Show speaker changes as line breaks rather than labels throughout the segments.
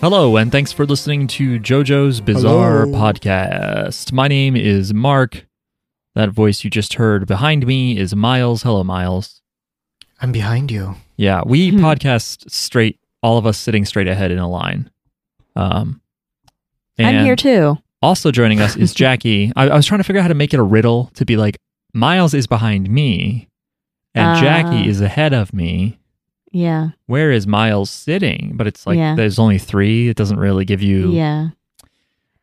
Hello, and thanks for listening to JoJo's Bizarre
Hello.
Podcast. My name is Mark. That voice you just heard behind me is Miles. Hello, Miles.
I'm behind you.
Yeah, we
Hmm.
podcast straight, all of us sitting straight ahead in a line. Um,
I'm here
and
too.
Also joining us is Jackie. I, I was trying to figure out how to make it a riddle to be like, Miles is behind me, and Jackie
Ah.
is ahead of me.
Yeah.
Where is Miles sitting? But it's like
Yeah.
there's only three. It doesn't really give you.
Yeah.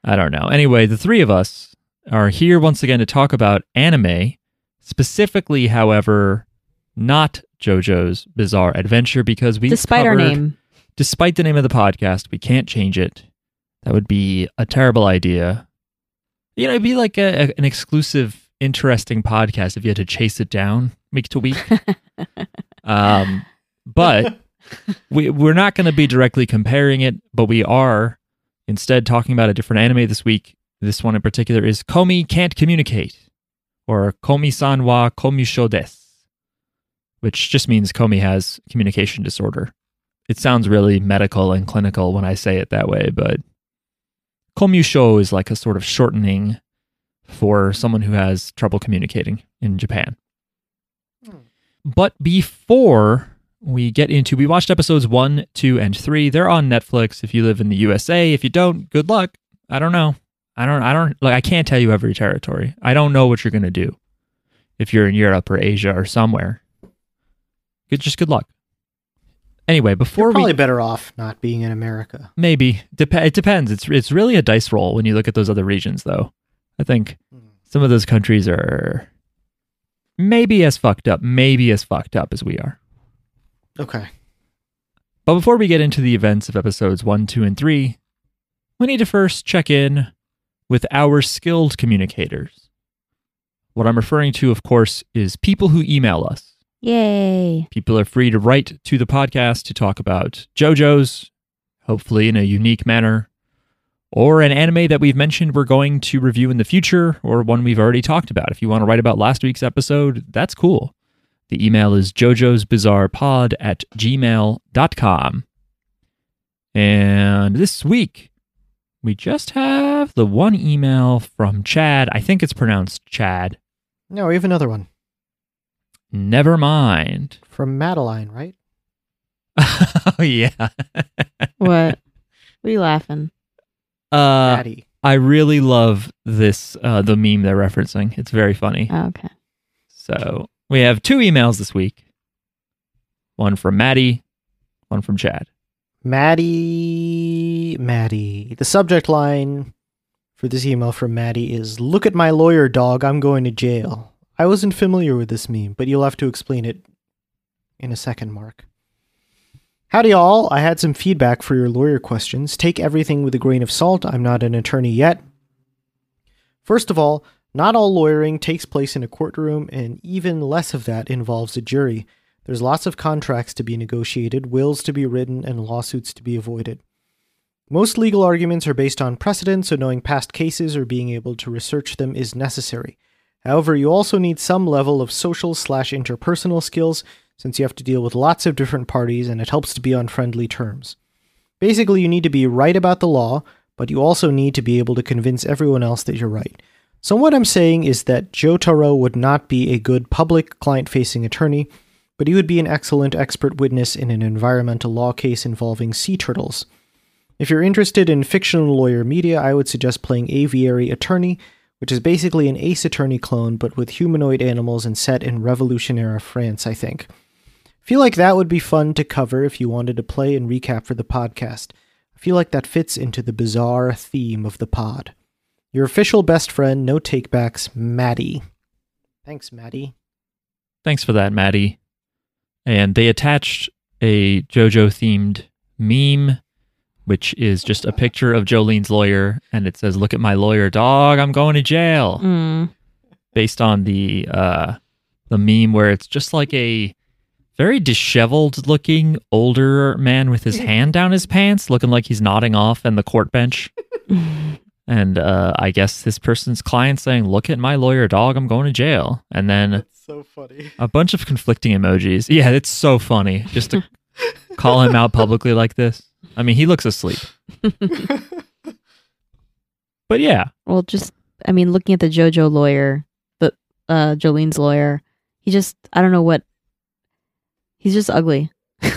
I don't know. Anyway, the three of us are here once again to talk about anime, specifically, however, not JoJo's Bizarre Adventure because we
Despite our
covered-
name.
despite the name of the podcast, we can't change it. That would be a terrible idea. You know, it'd be like a, a- an exclusive, interesting podcast if you had to chase it down week to week. um, but we we're not going to be directly comparing it, but we are instead talking about a different anime this week. This one in particular is Komi Can't Communicate, or Komi San wa Komisho Des, which just means Komi has communication disorder. It sounds really medical and clinical when I say it that way, but Komisho is like a sort of shortening for someone who has trouble communicating in Japan.
Hmm.
But before we get into we watched episodes 1 2 and 3 they're on netflix if you live in the usa if you don't good luck i don't know i don't i don't like i can't tell you every territory i don't know what you're going to do if you're in europe or asia or somewhere good just good luck anyway before
You're
we
probably better off not being in America.
Maybe Dep- it depends. It's it's really a dice roll when you look at those other regions, though. I think some of those countries are maybe as fucked up, maybe as fucked up as we are.
Okay.
But before we get into the events of episodes one, two, and three, we need to first check in with our skilled communicators. What I'm referring to, of course, is people who email us.
Yay.
People are free to write to the podcast to talk about JoJo's, hopefully in a unique manner, or an anime that we've mentioned we're going to review in the future, or one we've already talked about. If you want to write about last week's episode, that's cool. The email is jojo's bizarre pod at gmail.com. And this week, we just have the one email from Chad. I think it's pronounced Chad.
No, we have another one
Never mind.
from Madeline, right?
oh, yeah.
What? what are you laughing?
Uh,
Maddie.
I really love this uh, the meme they're referencing. It's very funny.
Oh, okay.
So we have two emails this week. One from Maddie, one from Chad.
Maddie. Maddie. The subject line for this email from Maddie is Look at my lawyer dog, I'm going to jail. I wasn't familiar with this meme, but you'll have to explain it in a second, Mark. Howdy, all. I had some feedback for your lawyer questions. Take everything with a grain of salt. I'm not an attorney yet. First of all, not all lawyering takes place in a courtroom, and even less of that involves a jury. There's lots of contracts to be negotiated, wills to be written, and lawsuits to be avoided. Most legal arguments are based on precedent, so knowing past cases or being able to research them is necessary. However, you also need some level of social slash interpersonal skills since you have to deal with lots of different parties and it helps to be on friendly terms. Basically, you need to be right about the law, but you also need to be able to convince everyone else that you're right. So, what I'm saying is that Joe Taro would not be a good public client facing attorney, but he would be an excellent expert witness in an environmental law case involving sea turtles. If you're interested in fictional lawyer media, I would suggest playing Aviary Attorney, which is basically an Ace Attorney clone but with humanoid animals and set in Revolution era France, I think. feel like that would be fun to cover if you wanted to play and recap for the podcast. I feel like that fits into the bizarre theme of the pod. Your official best friend, no takebacks, Maddie. Thanks, Maddie.
Thanks for that, Maddie. And they attached a JoJo themed meme, which is just a picture of Jolene's lawyer, and it says, Look at my lawyer dog, I'm going to jail.
Mm.
based on the uh the meme where it's just like a very disheveled looking older man with his hand down his pants looking like he's nodding off in the court bench
Mm.
and uh i guess this person's client saying look at my lawyer dog i'm going to jail and then
so funny.
a bunch of conflicting emojis yeah it's so funny just to call him out publicly like this I mean, he looks asleep. But yeah,
Well, just I mean, looking at the JoJo lawyer, the uh, Jolene's lawyer, he just I don't know what. He's just ugly.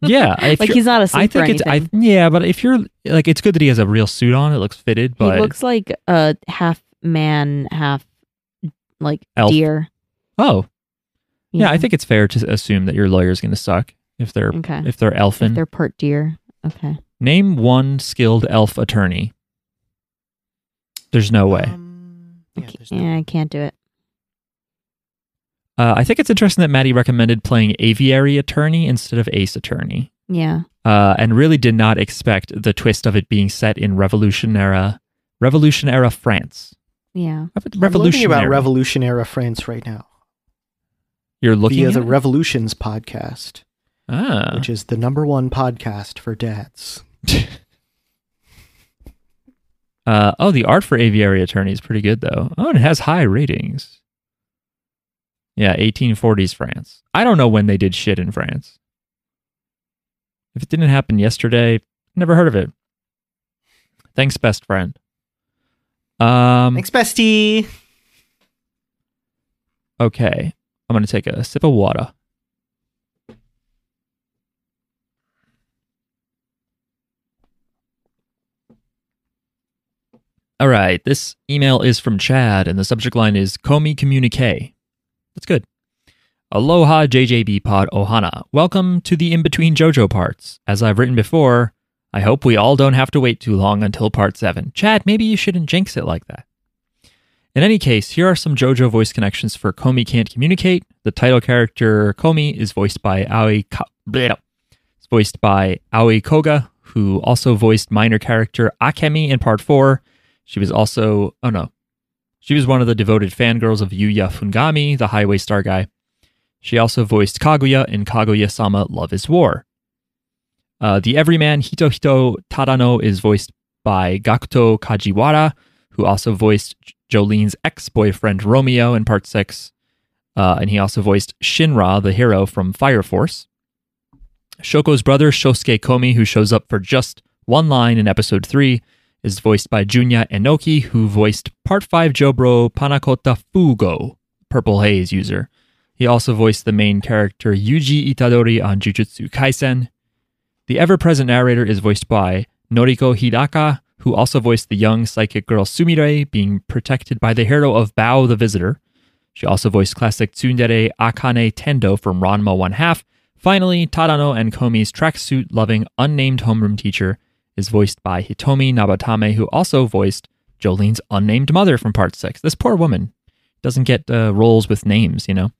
yeah. if
like
you're-
he's not asleep
I think
or
it's I
anything.
yeah, but if you're like, it's good that he has a real suit on. It looks fitted, but
he looks like a half man, half like
Elf.
deer.
oh
you
yeah,
know?
I think it's fair to assume that your lawyer's going to suck if they're
Okay.
if they're
Mm, If
elfin.
they're part deer. Okay.
Name one skilled elf attorney. There's no way.
Um, yeah,
Okay.
there's no-
yeah, I can't do it.
Uh, I think it's interesting that Maddie recommended playing aviary attorney instead of ace attorney,
Yeah.
uh, and really did not expect the twist of it being set in revolution era, revolution era France.
Yeah.
I'm looking
Revolutionary.
about revolution era France right now
You're looking
via
at
the
it?
Revolutions podcast,
ah.
which is the number one podcast for dads.
Uh, oh, the art for Aviary Attorney is pretty good, though. Oh, and it has high ratings. Yeah, 1840s France. I don't know when they did shit in France. If it didn't happen yesterday, never heard of it. Thanks, best friend. Um,
Thanks, bestie.
Okay, I'm going to take a sip of water. All right, this email is from Chad, and the subject line is Komi Communique. That's good. Aloha, JJB Pod Ohana. Welcome to the in between JoJo parts. As I've written before, I hope we all don't have to wait too long until part 7. Chad, maybe you shouldn't jinx it like that. In any case, here are some JoJo voice connections for Komi Can't Communicate. The title character Komi is voiced by Aoi Ka- bleh. It's voiced by Aoi Koga, who also voiced minor character Akemi in part 4. She was also oh no. She was one of the devoted fangirls of Yuya Fungami, the highway star guy. She also voiced Kaguya in Kaguya-sama Love is War. Uh, the everyman Hitohito Tadano is voiced by Gakuto Kajiwara, who also voiced Jolene's ex boyfriend Romeo in part six. Uh, and he also voiced Shinra, the hero from Fire Force. Shoko's brother, Shosuke Komi, who shows up for just one line in episode three, is voiced by Junya Enoki, who voiced part five Jobro Panakota Fugo, Purple Haze user. He also voiced the main character Yuji Itadori on Jujutsu Kaisen. The ever present narrator is voiced by Noriko Hidaka, who also voiced the young psychic girl Sumire being protected by the hero of Bao the Visitor. She also voiced classic tsundere Akane Tendo from Ranma 1 half. Finally, Tadano and Komi's tracksuit loving unnamed homeroom teacher is voiced by Hitomi Nabatame, who also voiced Jolene's unnamed mother from part 6. This poor woman doesn't get uh, roles with names, you know?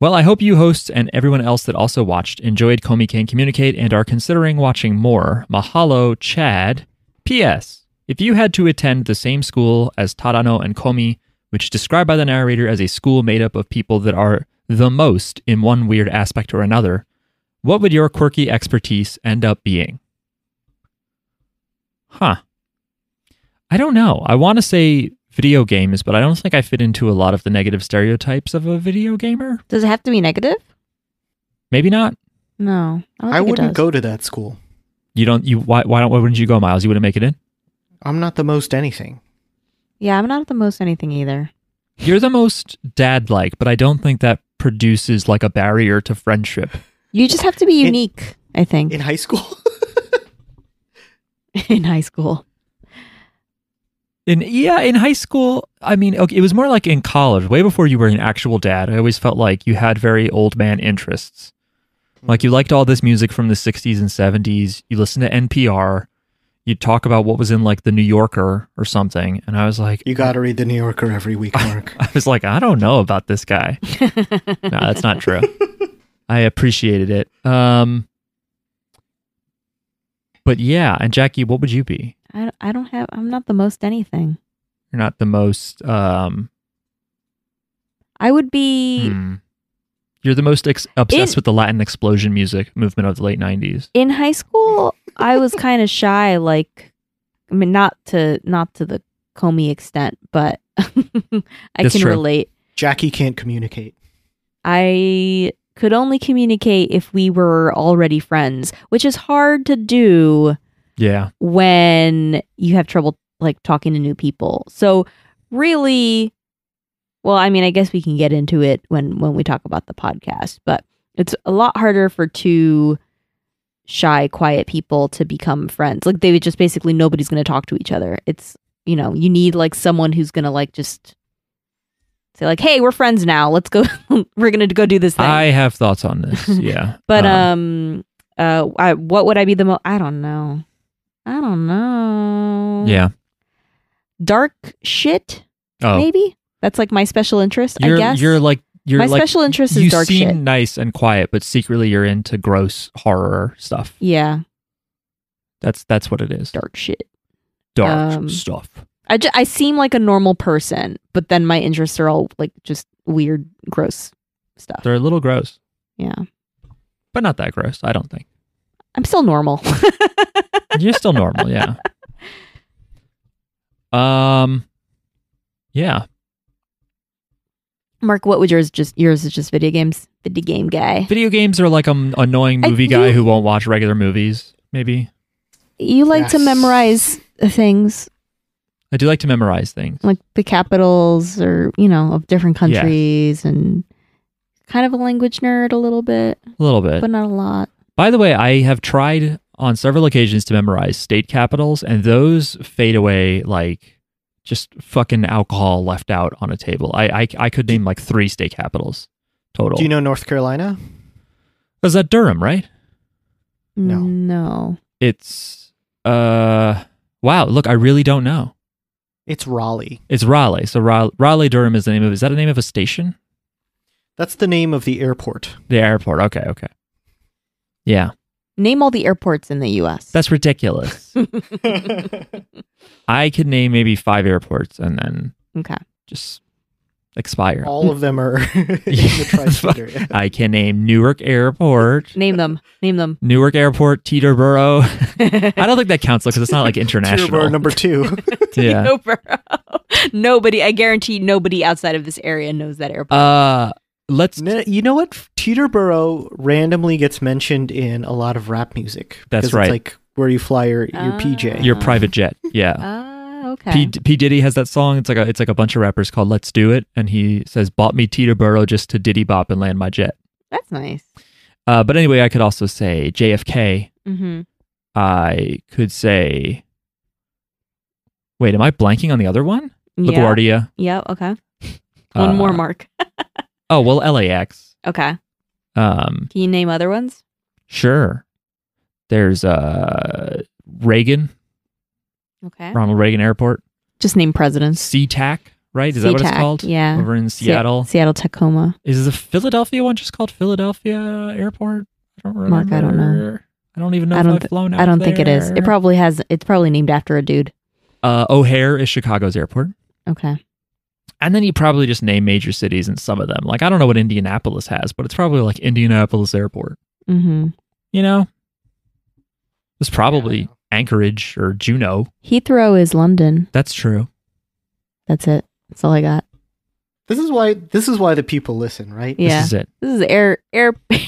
Well, I hope you hosts and everyone else that also watched enjoyed Comey Can Communicate and are considering watching more. Mahalo, Chad. P.S. If you had to attend the same school as Tadano and Komi, which is described by the narrator as a school made up of people that are the most in one weird aspect or another, what would your quirky expertise end up being? Huh. I don't know. I want to say video games, but I don't think I fit into a lot of the negative stereotypes of a video gamer.
Does it have to be negative?
Maybe not.
No. I, don't
I
think it
wouldn't
does.
go to that school.
You don't. You why? Why don't? Why wouldn't you go, Miles? You wouldn't make it in.
I'm not the most anything.
Yeah, I'm not the most anything either.
You're the most dad-like, but I don't think that produces like a barrier to friendship.
You just have to be
In-
unique, I think,
In high school?
in high school.
In yeah, in high school, I mean, okay, it was more like in college, way before you were an actual dad. I always felt like you had very old man interests. Like you liked all this music from the 60s and 70s. You listened to NPR. You'd talk about what was in like the New Yorker or something, and I was like,
you got to read the New Yorker every week, Mark.
I was like, I don't know about this guy. no, that's not true. I appreciated it. Um, but yeah, and Jackie, what would you be?
I, I don't have, I'm not the most anything.
You're not the most. Um,
I would be
hmm. You're the most ex- obsessed
It-
with the Latin explosion music movement of the late '90s.
in high school. I was kind of shy, like, I mean, not to, not to the Comey extent, but I
That's
can
true.
relate.
Jackie can't communicate.
I could only communicate if we were already friends, which is hard to do
Yeah.
when you have trouble like talking to new people. So really well, I mean, I guess we can get into it when when we talk about the podcast, but it's a lot harder for two shy, quiet people to become friends. Like they would just basically nobody's going to talk to each other. It's, you know, you need like someone who's going to like just say like, "Hey, we're friends now. Let's go we're going to go do this thing."
I have thoughts on this. Yeah.
But
Uh,
um, uh, I, what would I be the most? I don't know. I don't know.
yeah.
dark shit.
Oh,
Maybe that's like my special interest.
you're
I guess
you're like you're
my
like
special interest
you
is dark
seem
shit.
nice and quiet, but secretly you're into gross horror stuff.
Yeah,
That's that's what it is.
dark shit.
Dark
um,
stuff.
I, ju- I seem like a normal person, but then my interests are all like just weird, gross stuff.
They're a little gross,
Yeah,
but not that gross. I don't think
I'm still normal.
you're still normal. Yeah. Um. Yeah.
Mark, what would yours just yours is just video games. Video game guy.
Video games are like an annoying
I
movie guy
do-
who won't watch regular movies. Maybe
You like to
Yes.
memorize things
I do like to memorize things.
like the capitals or you know of different countries and kind of a language nerd a little bit
A little bit.
but not a lot
By the way, I have tried on several occasions to memorize state capitals, and those fade away like just fucking alcohol left out on a table. I I, I could name like three state capitals total.
Do you know North Carolina?
Is that Durham, right?
No.
no
It's uh wow. Look, I really don't know.
It's Raleigh.
It's Raleigh. So Raleigh, Raleigh Durham is the name of. Is that the name of a station?
That's the name of the airport.
The airport. Okay. Okay. Yeah,
name all the airports in the us
that's ridiculous. I could name maybe five airports and then
okay
just expire.
All of them are in the tri-state area.
I can name Newark Airport,
name them name them
Newark Airport, Teterboro. I don't think that counts because it's not like
Tier bar
international.
number two.
yeah.
No borough. nobody i guarantee nobody outside of this area knows that airport
Uh, let's.
No, you know what? Teterboro randomly gets mentioned in a lot of rap music.
That's
because
right.
It's like where you fly your, your
Ah.
PJ.
Your private jet. Yeah.
ah okay
Uh, P, P Diddy has that song. It's like a it's like a bunch of rappers called "Let's Do It," and he says, "Bought me Teterboro just to Diddy bop and land my jet."
that's nice
Uh, but anyway, I could also say JFK.
mm-hmm.
I could say. Wait, am I blanking on the other one? LaGuardia.
yeah okay one
uh,
more mark
Oh well, LAX.
okay
Um,
can you name other ones
Sure. There's uh Reagan,
okay
Ronald Reagan Airport,
just name presidents
SeaTac, right? Is that what it's
SeaTac,
called?
yeah.
Over in
Se-
Seattle.
seattle tacoma
Is the Philadelphia one just called Philadelphia Airport? I don't remember.
Mark, I don't know.
I don't even know
I
if
don't
I've
thi-
flown out
I don't think it is. It
there.
probably has. It's probably named after a dude.
uh, O'Hare is Chicago's airport.
Okay.
And then you probably just name major cities and some of them. Like I don't know what Indianapolis has, but it's probably like Indianapolis Airport.
Mm-hmm.
You know? It's probably
Yeah.
Anchorage or Juneau.
Heathrow is London.
That's true.
That's it. That's all I got.
This is why this is why the people listen, right?
Yeah.
This is it.
This is air air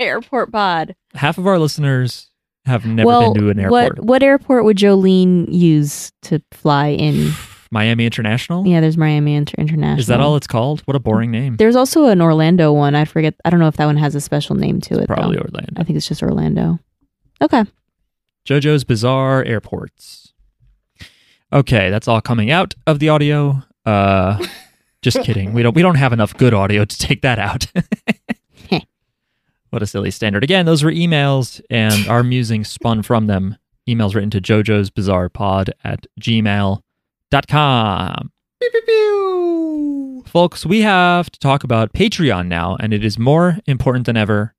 airport pod.
half of our listeners have never
well,
been to an airport.
what what airport would Jolene use to fly in?
Miami International?
Yeah, there's Miami Inter- International.
Is that all it's called? What a boring name.
There's also an Orlando one. I forget. I don't know if that one has a special name to it. though.
Probably
I
Orlando.
think it's just Orlando. Okay.
JoJo's Bizarre Airports. Okay, that's all coming out of the audio. Uh just kidding. We don't we don't have enough good audio to take that out.
Heh.
what a silly standard. Again, those were emails and our musings spun from them. Emails written to JoJo's Bizarre Pod at gmail.com. Folks, we have to talk about Patreon now, and it is more important than ever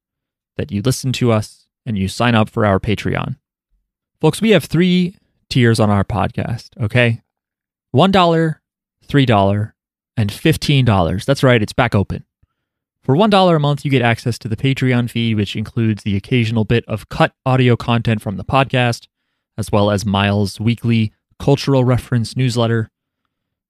that you listen to us and you sign up for our Patreon. Folks, we have three tiers on our podcast, okay? $1, $3, and $15. That's right, it's back open. For $1 a month, you get access to the Patreon feed, which includes the occasional bit of cut audio content from the podcast, as well as Miles' weekly cultural reference newsletter.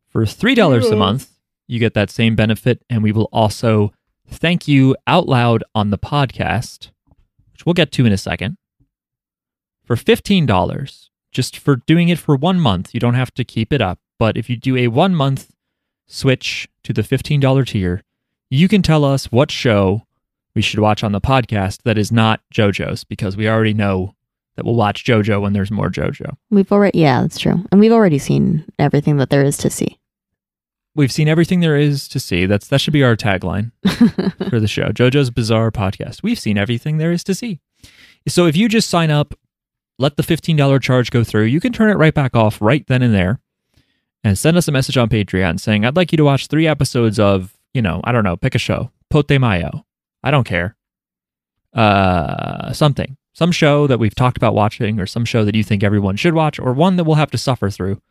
For $3 a
Yeah.
month, you get that same benefit, and we will also thank you out loud on the podcast, which we'll get to in a second, for $15 just for doing it for one month. You don't have to keep it up. But if you do a one month switch to the $15 tier, you can tell us what show we should watch on the podcast that is not JoJo's because we already know that we'll watch JoJo when there's more JoJo.
We've already, yeah, that's true. And we've already seen everything that there is to see.
We've seen everything there is to see. That's that should be our tagline. for the show, JoJo's Bizarre Podcast. We've seen everything there is to see. So if you just sign up, let the $15 charge go through, you can turn it right back off right then and there and send us a message on Patreon saying, I'd like you to watch three episodes of, you know, I don't know, pick a show, Pote Mayo. I don't care. Uh, something, some show that we've talked about watching or some show that you think everyone should watch or one that we'll have to suffer through.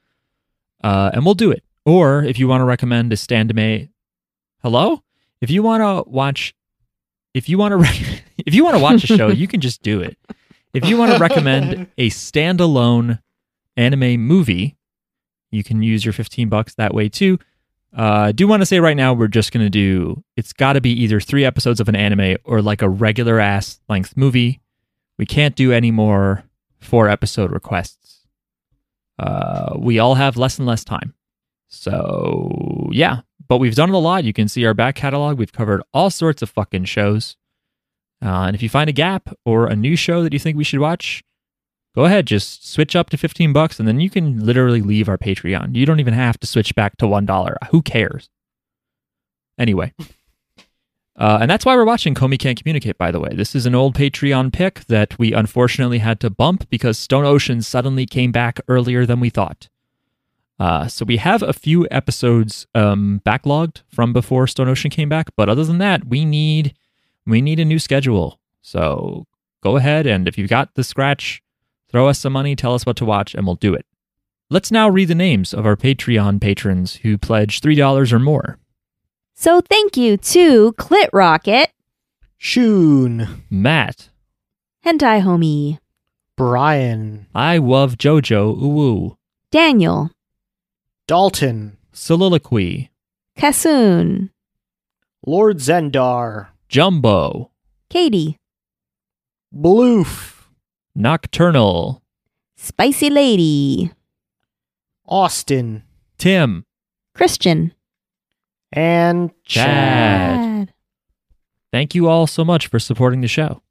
Uh, and we'll do it. Or if you want to recommend a stand may hello? if you want to watch if you want to rec- if you want to watch a show you can just do it if you want to recommend a standalone anime movie you can use your 15 bucks that way too uh, I do want to say right now we're just going to do it's got to be either three episodes of an anime or like a regular ass length movie we can't do any more four episode requests uh, we all have less and less time so yeah but we've done it a lot. You can see our back catalog. We've covered all sorts of fucking shows. Uh, and if you find a gap or a new show that you think we should watch, go ahead, just switch up to 15 bucks and then you can literally leave our Patreon. You don't even have to switch back to $1. Who cares? Anyway. Uh, and that's why we're watching Comey Can't Communicate, by the way. This is an old Patreon pick that we unfortunately had to bump because Stone Ocean suddenly came back earlier than we thought. Uh, so we have a few episodes um, backlogged from before Stone Ocean came back, but other than that, we need we need a new schedule. So go ahead and if you've got the scratch, throw us some money, tell us what to watch, and we'll do it. Let's now read the names of our Patreon patrons who pledge three dollars or more:
so thank you to Clit Rocket,
Shun,
Matt,
Hentai Homie,
Brian,
I love JoJo, ooh,
Daniel,
Dalton,
Soliloquy,
Kassoon,
Lord Zendar,
Jumbo,
Katie,
Bloof,
Nocturnal,
Spicy Lady,
Austin,
Tim,
Christian,
and Chad.
Chad. Thank you all so much for supporting the show.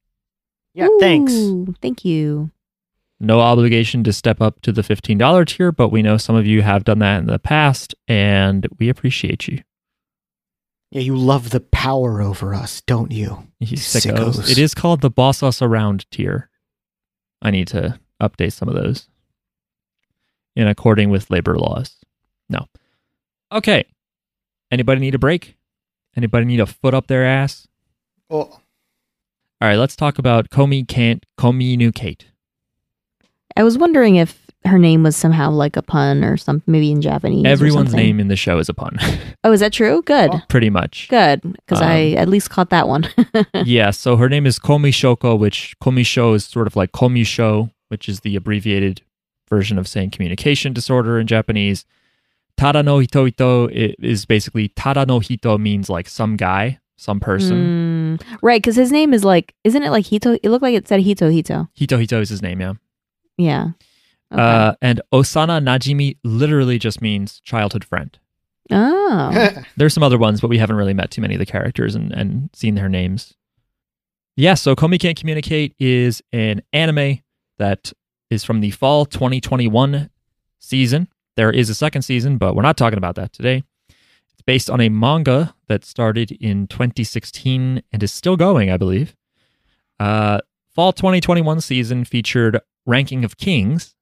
Yeah, thanks.
Ooh, Thank you.
no obligation to step up to the $15 tier, but we know some of you have done that in the past and we appreciate you.
Yeah, you love the power over us, don't you?
You
Sickos.
sickos. It is called the boss us around tier. I need to update some of those in according with labor laws. No. Okay. Anybody need a break? Anybody need a foot up their ass?
Oh,
All right, let's talk about Comey can't communicate.
I was wondering if her name was somehow like a pun or something, maybe in Japanese. or
Everyone's
something.
name in the show is a pun,
Oh, is that true? Good.
Oh.
pretty much.
Good. Because I
Um,
at least caught that one.
yeah, so her name is Komi Shoko, which Komi Sho is sort of like Komi Sho, which is the abbreviated version of saying communication disorder in Japanese. Tada no hito ito i- is basically tada no hito means like some guy, some person.
Mm, right. Because his name is like, isn't it like Hito? It looked like it said Hito Hito.
Hito hito is his name, yeah.
Yeah. Okay.
Uh, and Osana Najimi literally just means childhood friend.
oh.
There's some other ones, but we haven't really met too many of the characters and, and seen their names. Yeah, so Komi Can't Communicate is an anime that is from the fall 2021 season. There is a second season, but we're not talking about that today. It's based on a manga that started in 2016 and is still going, I believe. Uh, fall 2021 season featured Ranking of Kings.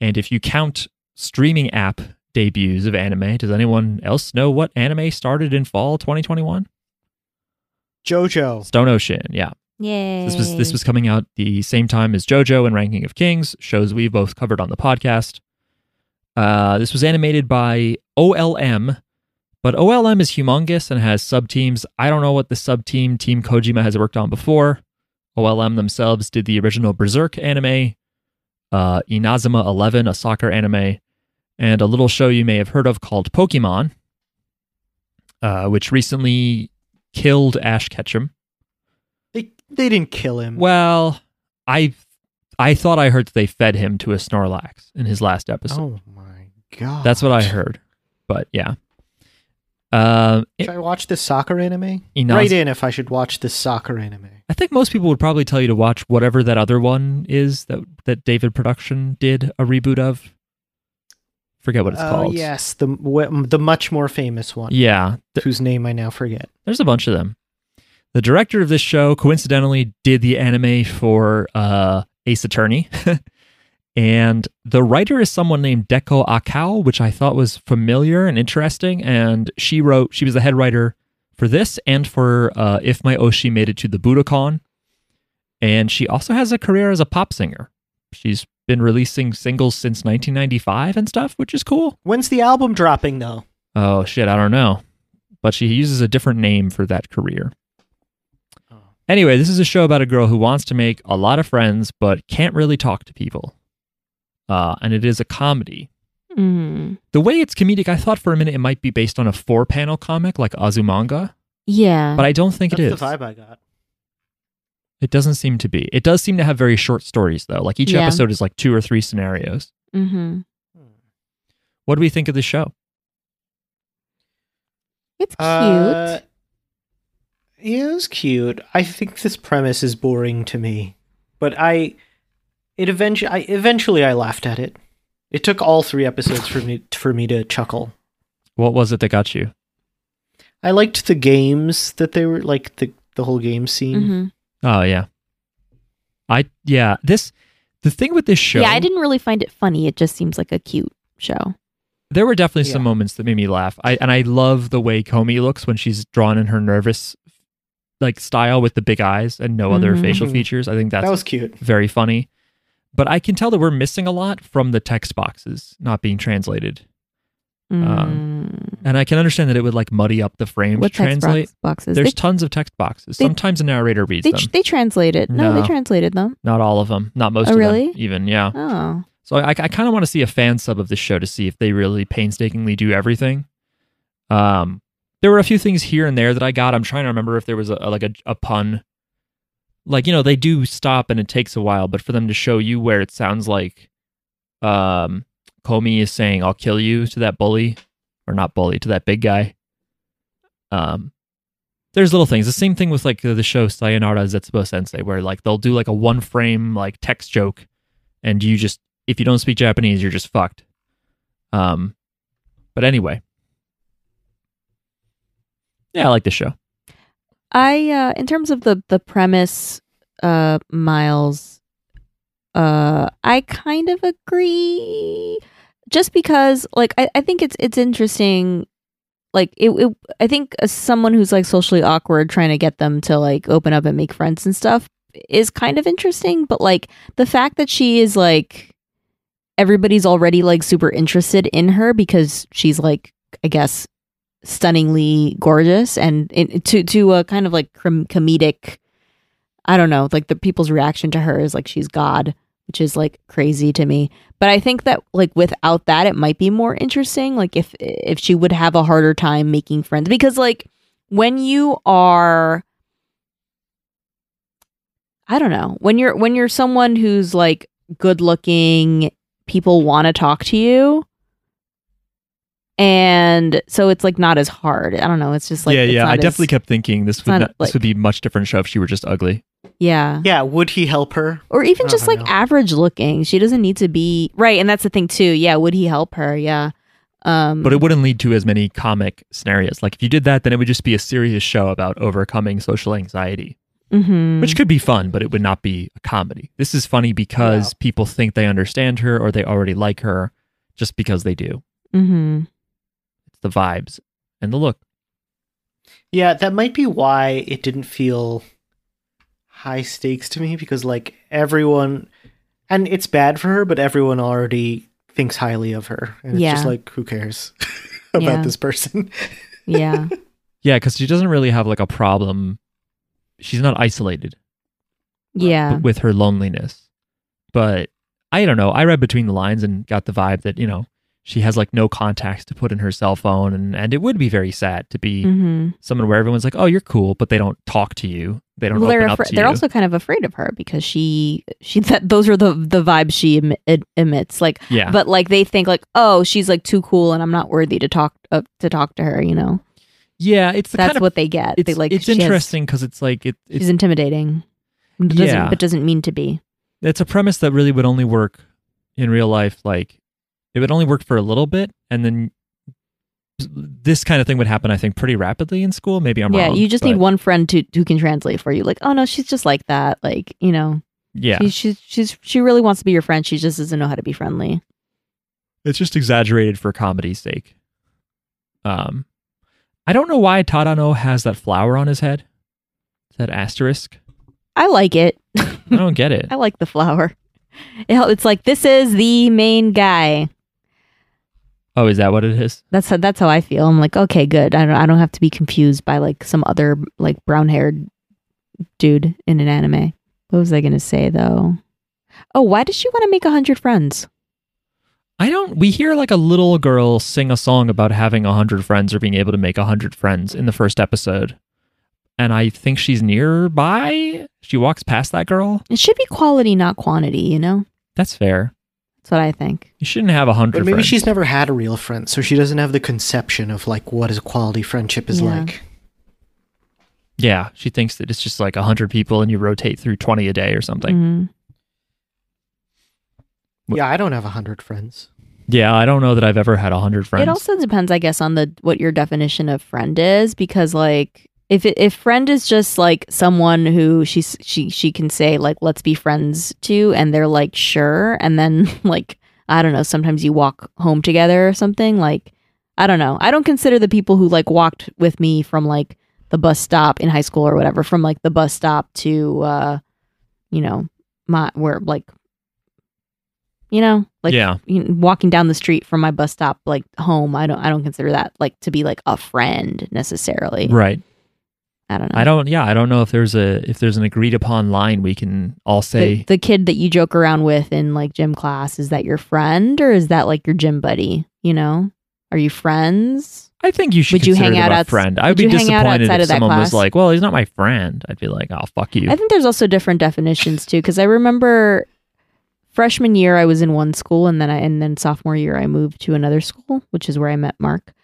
And if you count streaming app debuts of anime, does anyone else know what anime started in fall 2021?
Jojo.
Stone Ocean, yeah.
Yay.
This was this was coming out the same time as JoJo and Ranking of Kings, shows we both covered on the podcast. Uh, this was animated by OLM, but OLM is humongous and has subteams. I don't know what the subteam Team Kojima has worked on before. OLM themselves did the original Berserk anime, uh, Inazuma Eleven, a soccer anime, and a little show you may have heard of called Pokemon, uh, which recently killed Ash Ketchum.
They they didn't kill him.
Well, I I thought I heard that they fed him to a Snorlax in his last episode.
oh my god.
That's what I heard. But yeah. Um, it-
Should I watch this soccer anime?
Inaz-
Write in if I should watch this soccer anime.
I think most people would probably tell you to watch whatever that other one is that that David Production did a reboot of. Forget what it's
oh
called.
yes, the wh- the much more famous one,
Yeah. Th-
whose name I now forget.
There's a bunch of them. The director of this show coincidentally did the anime for uh, Ace Attorney. and the writer is someone named Deko Akao, which I thought was familiar and interesting. And she wrote, she was the head writer for this and for uh, If My Oshi Made It to the Budokan. And she also has a career as a pop singer. She's been releasing singles since 1995 and stuff, which is cool.
When's the album dropping though?
Oh shit, I don't know. But she uses a different name for that career.
Oh.
Anyway, this is a show about a girl who wants to make a lot of friends but can't really talk to people. Uh, and it is a comedy.
Mm.
The way it's comedic, I thought for a minute it might be based on a four panel comic like Azumanga,
Yeah.
but I don't think
That's
it
the
is.
vibe I got.
It doesn't seem to be. It does seem to have very short stories though. Like each
Yeah.
episode is like two or three scenarios.
mm-hmm.
What do we think of the show?
It's cute.
Uh, yeah, it was cute. I think this premise is boring to me, but I it eventually I eventually I laughed at it. It took all three episodes for me for me to chuckle.
What was it that got you?
I liked the games that they were like the the whole game scene.
Mhm.
Oh yeah. I yeah, this the thing with this show
Yeah, I didn't really find it funny. It just seems like a cute show.
There were definitely some
Yeah.
moments that made me laugh. I and I love the way Comey looks when she's drawn in her nervous like style with the big eyes and no other
Mhm.
facial
Mhm.
features. I think that's
that was cute.
very funny. But I can tell that we're missing a lot from the text boxes not being translated. Um,
Mm.
And I can understand that it would like muddy up the frame
what
to
text box-
translate.
boxes?
There's
They,
tons of text boxes.
They-
Sometimes a narrator reads
they,
them.
they translated. No,
No.
they translated them.
Not all of them. Not most
Oh,
of
really?
them. Even, yeah.
Oh.
So I, I kind of want to see a fan sub of this show to see if they really painstakingly do everything. Um, there were a few things here and there that I got. I'm trying to remember if there was a, like a, a pun. Like you know, they do stop and it takes a while, but for them to show you where it sounds like, um, Comey is saying "I'll kill you" to that bully, or not bully to that big guy. Um, there's little things. The same thing with like the show Sayonara Zetsubo Sensei, where like they'll do like a one frame like text joke, and you just if you don't speak Japanese, you're just fucked. Um, but anyway, yeah, I like this show.
I uh in terms of the the premise uh Miles uh I kind of agree just because like I, I think it's it's interesting like it, it I think as someone who's like socially awkward trying to get them to like open up and make friends and stuff is kind of interesting but like the fact that she is like everybody's already like super interested in her because she's like I guess stunningly gorgeous and it, to to a kind of like com- comedic i don't know like the people's reaction to her is like she's god which is like crazy to me but i think that like without that it might be more interesting like if if she would have a harder time making friends because like when you are i don't know when you're when you're someone who's like good looking people want to talk to you and so it's like not as hard i don't know it's just like it's not as-
kept thinking this
would not- not, this like- would
be a much different show if she were just ugly.
yeah
Yeah, would he help her?
or even just
Oh,
like
no.
average looking she doesn't need to be right and that's the thing too yeah would he help her yeah um
But it wouldn't lead to as many comic scenarios. Like if you did that, then it would just be a serious show about overcoming social anxiety,
mhm.
which could be fun, but it would not be a comedy. This is funny because people think they understand her or they already like her, just because they do.
Mhm.
It's the vibes and the look.
Yeah, that might be why it didn't feel high stakes to me because like everyone and it's bad for her, but everyone already thinks highly of her. And it's just
Yeah.
like who cares about
Yeah.
this person?
yeah
Yeah, because she doesn't really have like a problem. She's not isolated
yeah
w- with her loneliness. But I don't know. I read between the lines and got the vibe that, you know, she has like no contacts to put in her cell phone and, and it would be very sad to be
Mm-hmm.
someone where everyone's like, Oh, you're cool, but they don't talk to you. They don't
Well,
open
they're
up
afra-
to
they're
you.
also kind of afraid of her because she she that those are the the vibes she em- em- emits. Like,
yeah.
but like they think like, oh, she's like too cool, and I'm not worthy to talk uh, to talk to her. You know,
yeah, it's the
that's
kind of
what they get.
it's,
they like
it's
she has-
interesting because it's like it, it's
she's intimidating. Doesn't,
Yeah.
but doesn't mean to be.
it's a premise that really would only work in real life like it would only work for a little bit and then this kind of thing would happen i think pretty rapidly in school maybe i'm
yeah,
wrong
you just
but
need one friend to who can translate for you. Like, oh no, she's just like that. Like, you know,
yeah
she's she's she's she really wants to be your friend. She just doesn't know how to be friendly.
it's just exaggerated for comedy's sake um i don't know why tadano has that flower on his head that asterisk
I like it.
i don't get it
I like the flower. It hel- it's like this is the main guy.
oh is that what it is
That's how that's how I feel. I'm like, okay, good. I don't I don't have to be confused by like some other like brown haired dude in an anime. What was I gonna say though? Oh, why does she want to make a hundred friends?
i don't we hear like a little girl sing a song about having a hundred friends or being able to make a hundred friends in the first episode and i think she's nearby she walks past that girl
It should be quality, not quantity. You know,
that's fair
that's what I think.
you shouldn't have a hundred
But maybe
friends
she's never had a real friend, so she doesn't have the conception of like what a quality friendship is
Yeah.
like.
yeah she thinks that it's just like a hundred people and you rotate through 20 a day or
Mm.
something
Mhm.
Wh-
Yeah, I don't have a hundred friends.
yeah i don't know that i've ever had a hundred friends
It also depends, I guess, on the what your definition of friend is, because like if it, if friend is just like someone who she she she can say like let's be friends to, and they're like sure, and then like I don't know, sometimes you walk home together or something. Like I don't know, I don't consider the people who like walked with me from like the bus stop in high school or whatever, from like the bus stop to uh, you know, my where like you know like
yeah
you know, walking down the street from my bus stop like home i don't i don't consider that like to be like a friend necessarily
right
i don't know
i don't yeah i don't know if there's a if there's an agreed upon line we can all say
the, the kid that you joke around with in like gym class is that your friend or is that like your gym buddy you know are you friends
I think you should
Would you
consider him
hang out
a
outs-
friend. I would
would
be
you hang out
disappointed
outside
if
of that
someone was
class?
like, "Well, he's not my friend." I'd be like, "Oh, fuck you."
i think there's also different definitions too because i remember freshman year i was in one school and then i and then sophomore year i moved to another school which is where i met mark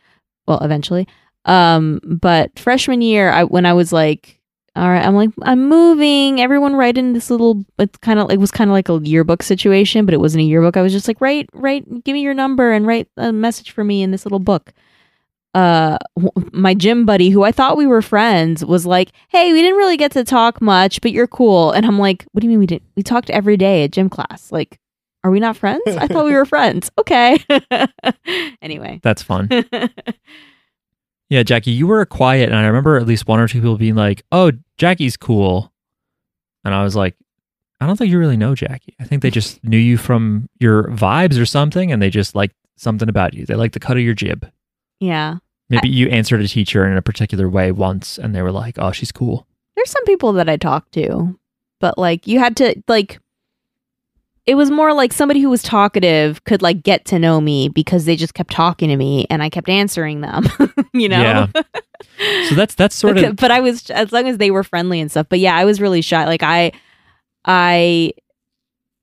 well eventually um but freshman year i when i was like all right i'm like i'm moving everyone write in this little it's kind of it was kind of like a yearbook situation but it wasn't a yearbook i was just like write write give me your number and write a message for me in this little book uh wh- my gym buddy who i thought we were friends was like hey we didn't really get to talk much but you're cool and i'm like what do you mean we didn't we talked every day at gym class like are we not friends i thought we were friends okay anyway
That's fun. Yeah, Jackie, you were quiet, and I remember at least one or two people being like, "Oh, Jackie's cool," and I was like, "I don't think you really know Jackie. I think they just knew you from your vibes or something, and they just liked something about you. They liked the cut of your jib.
yeah
Maybe you answered a teacher in a particular way once, and they were like, "Oh, she's cool."
there's some people that I talked to, but like you had to like it was more like somebody who was talkative could like get to know me because they just kept talking to me and I kept answering them, you know. Yeah.
So that's that's sort of
but I was as long as they were friendly and stuff. But yeah, I was really shy. Like I I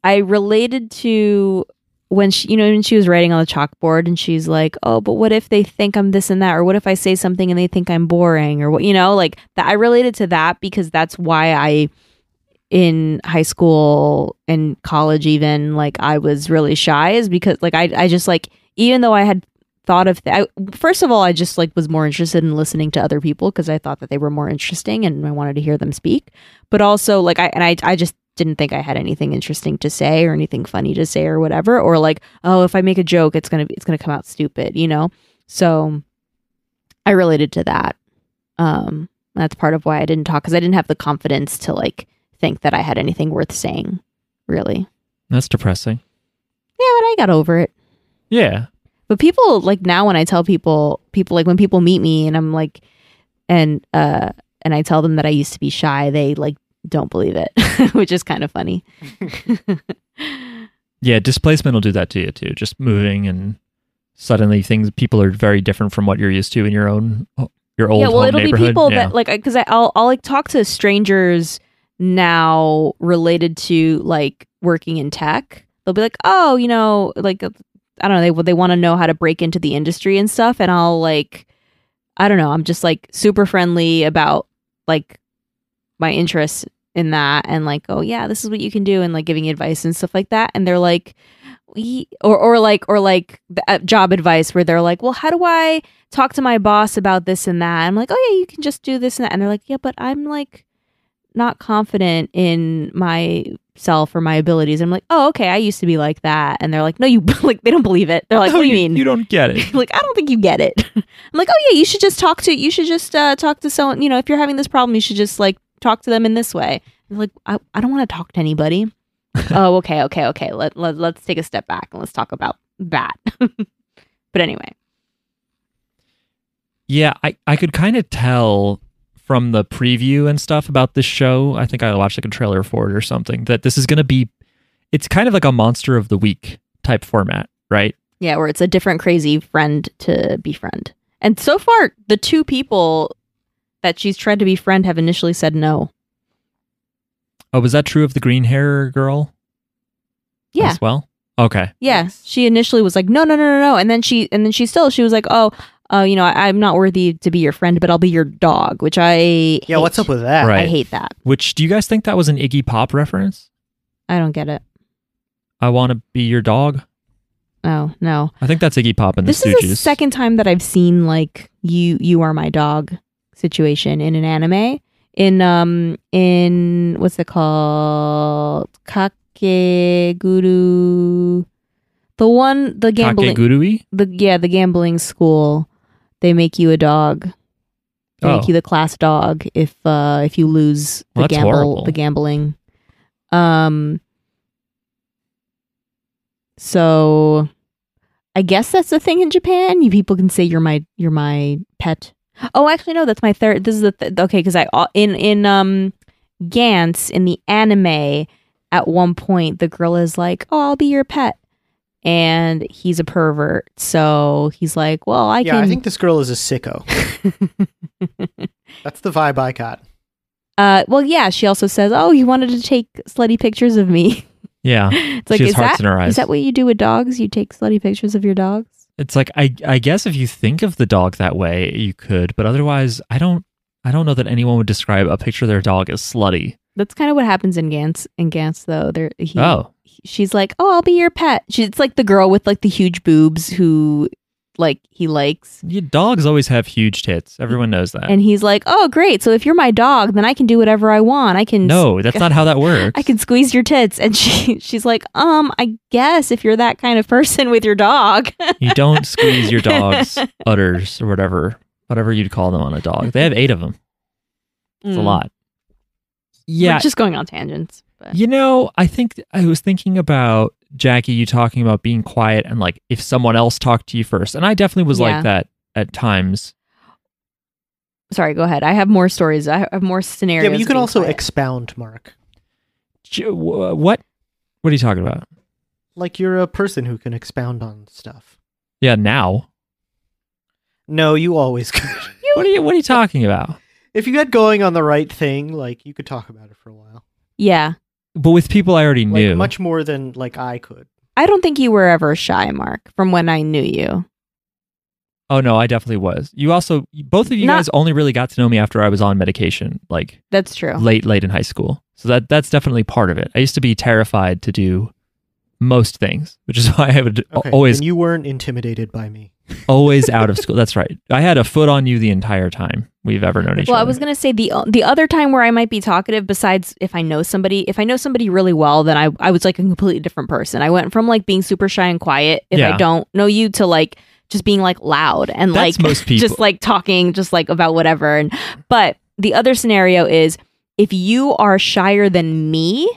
I related to when she you know when she was writing on the chalkboard and she's like, "Oh, but what if they think I'm this and that or what if I say something and they think I'm boring or what you know, like that I related to that because that's why I in high school and college even like I was really shy is because like I I just like even though I had thought of th- I, first of all i just like was more interested in listening to other people because i thought that they were more interesting and i wanted to hear them speak but also like i and I, I just didn't think i had anything interesting to say or anything funny to say or whatever or like oh if i make a joke it's gonna be it's gonna come out stupid you know so i related to that um that's part of why i didn't talk because i didn't have the confidence to like think that i had anything worth saying really yeah
that's depressing.
but i got over it
Yeah,
but people like now when I tell people, people like when people meet me and I'm like, and uh, and I tell them that I used to be shy, they like don't believe it, which is kind of funny.
Yeah, displacement will do that to you too. Just moving and suddenly things people are very different from what you're used to in your own your old
yeah, well,
home
it'll be
neighborhood.
people
yeah.
that like because I'll I'll like talk to strangers now related to like working in tech. They'll be like, oh, you know, like I don't know, they they want to know how to break into the industry and stuff, and I'll like, I don't know, I'm just like super friendly about like my interests in that and like oh yeah this is what you can do and like giving advice and stuff like that and they're like "Ye-" or or like or like the, uh, job advice where they're like well how do i talk to my boss about this and that i'm like oh yeah you can just do this and that and they're like yeah but i'm like not confident in myself or my abilities i'm like oh okay i used to be like that and they're like no you like they don't believe it they're like
No,
what do you mean
Oh, You don't get it.
like I don't think you get it. I'm like, oh yeah, you should just talk to you should just uh, talk to someone. You know, if you're having this problem, you should just like talk to them in this way. I'm like I, I don't want to talk to anybody. oh okay okay okay. Let, let let's take a step back and let's talk about that. but anyway,
Yeah, I, I could kind of tell from the preview and stuff about this show. I think I watched like a trailer for it or something that this is going to be. It's kind of like a monster of the week type format, right?
yeah, or it's a different crazy friend to befriend. And so far, the two people that she's tried to befriend have initially said no.
Oh, was that true of the green hair girl?
Yeah.
As well. Okay.
Yeah, she initially was like, no, no, no, no, no, and then she, and then she still, she was like, oh, uh, you know, I, I'm not worthy to be your friend, but I'll be your dog, which I
Yeah, what's up with that?
Right.
I hate that.
Which do you guys think that was an Iggy Pop reference?
I don't get it.
I want to be your dog.
Oh no,
I think that's Iggy Pop and
this
the
is
Stooges.
the second time that I've seen like you, you are my dog situation in an anime. In um, in what's it called? Kakeguru, the one, the gambling,
Kakegurui?
the yeah, the gambling school. They make you a dog. They
Oh,
make you the class dog if uh if you lose the
Well, that's
gamble
horrible.
the gambling. Um so I guess that's the thing in Japan. You people can say you're my you're my pet. Oh, actually no, that's my third. This is the th- okay cuz I uh, in in um Gantz in the anime at one point the girl is like, "Oh, I'll be your pet." And he's a pervert. So he's like, "Well, I
yeah,
can
I think this girl is a sicko. That's the vibe I got.
Uh, well, yeah. She also says, "Oh, you wanted to take slutty pictures of me."
yeah.
it's like,
she has
is
hearts
that
in her eyes.
is that what you do with dogs? You take slutty pictures of your dogs?
it's like I I guess if you think of the dog that way, you could, but otherwise, I don't I don't know that anyone would describe a picture of their dog as slutty.
That's kind of what happens in Gantz. In Gantz, though, there he,
Oh,
he- she's like, "Oh, I'll be your pet." She, it's like the girl with like the huge boobs who, like, he likes,
yeah, dogs always have huge tits. Everyone knows that.
and he's like, "Oh, great! So if you're my dog, then I can do whatever I want. I can
no, that's not how that works.
I can squeeze your tits." And she she's like, "Um, I guess if you're that kind of person with your dog."
you don't squeeze your dog's udders or whatever whatever you'd call them on a dog. They have eight of them. It's a lot.
Yeah,
Yeah,
Mm. We're just going on tangents. But.
You know, I think I was thinking about Jackie, you talking about being quiet and like if someone else talked to you first. And I definitely was
Yeah.
like that at times.
sorry go ahead i have more stories i have more scenarios
yeah, but you
of
can
being
also
quiet.
expound, Mark.
J- wh- What? What are you talking about?
Like you're a person who can expound on stuff.
Yeah, now.
No, you always could.
What are you What are you talking about?
if you got going on the right thing, like you could talk about it for a while.
yeah
But with people I already
Like
knew.
much more than like I could.
i don't think you were ever shy mark from when i knew you
oh no, I definitely was. You also, both of you
Not-
guys only really got to know me after I was on medication, like
that's true
late, late in high school. So that that's definitely part of it. I used to be terrified to do most things, which is why I would
Okay.
always
then you weren't intimidated by me.
always out of school. That's right. I had a foot on you the entire time we've ever known each
well i
other.
was going to say the uh, the other time where i might be talkative besides if i know somebody if i know somebody really well then i, I was like a completely different person i went from like being super shy and quiet if
Yeah.
i don't know you to like just being like loud and
That's
like
most people.
just like talking just like about whatever and but the other scenario is if you are shyer than me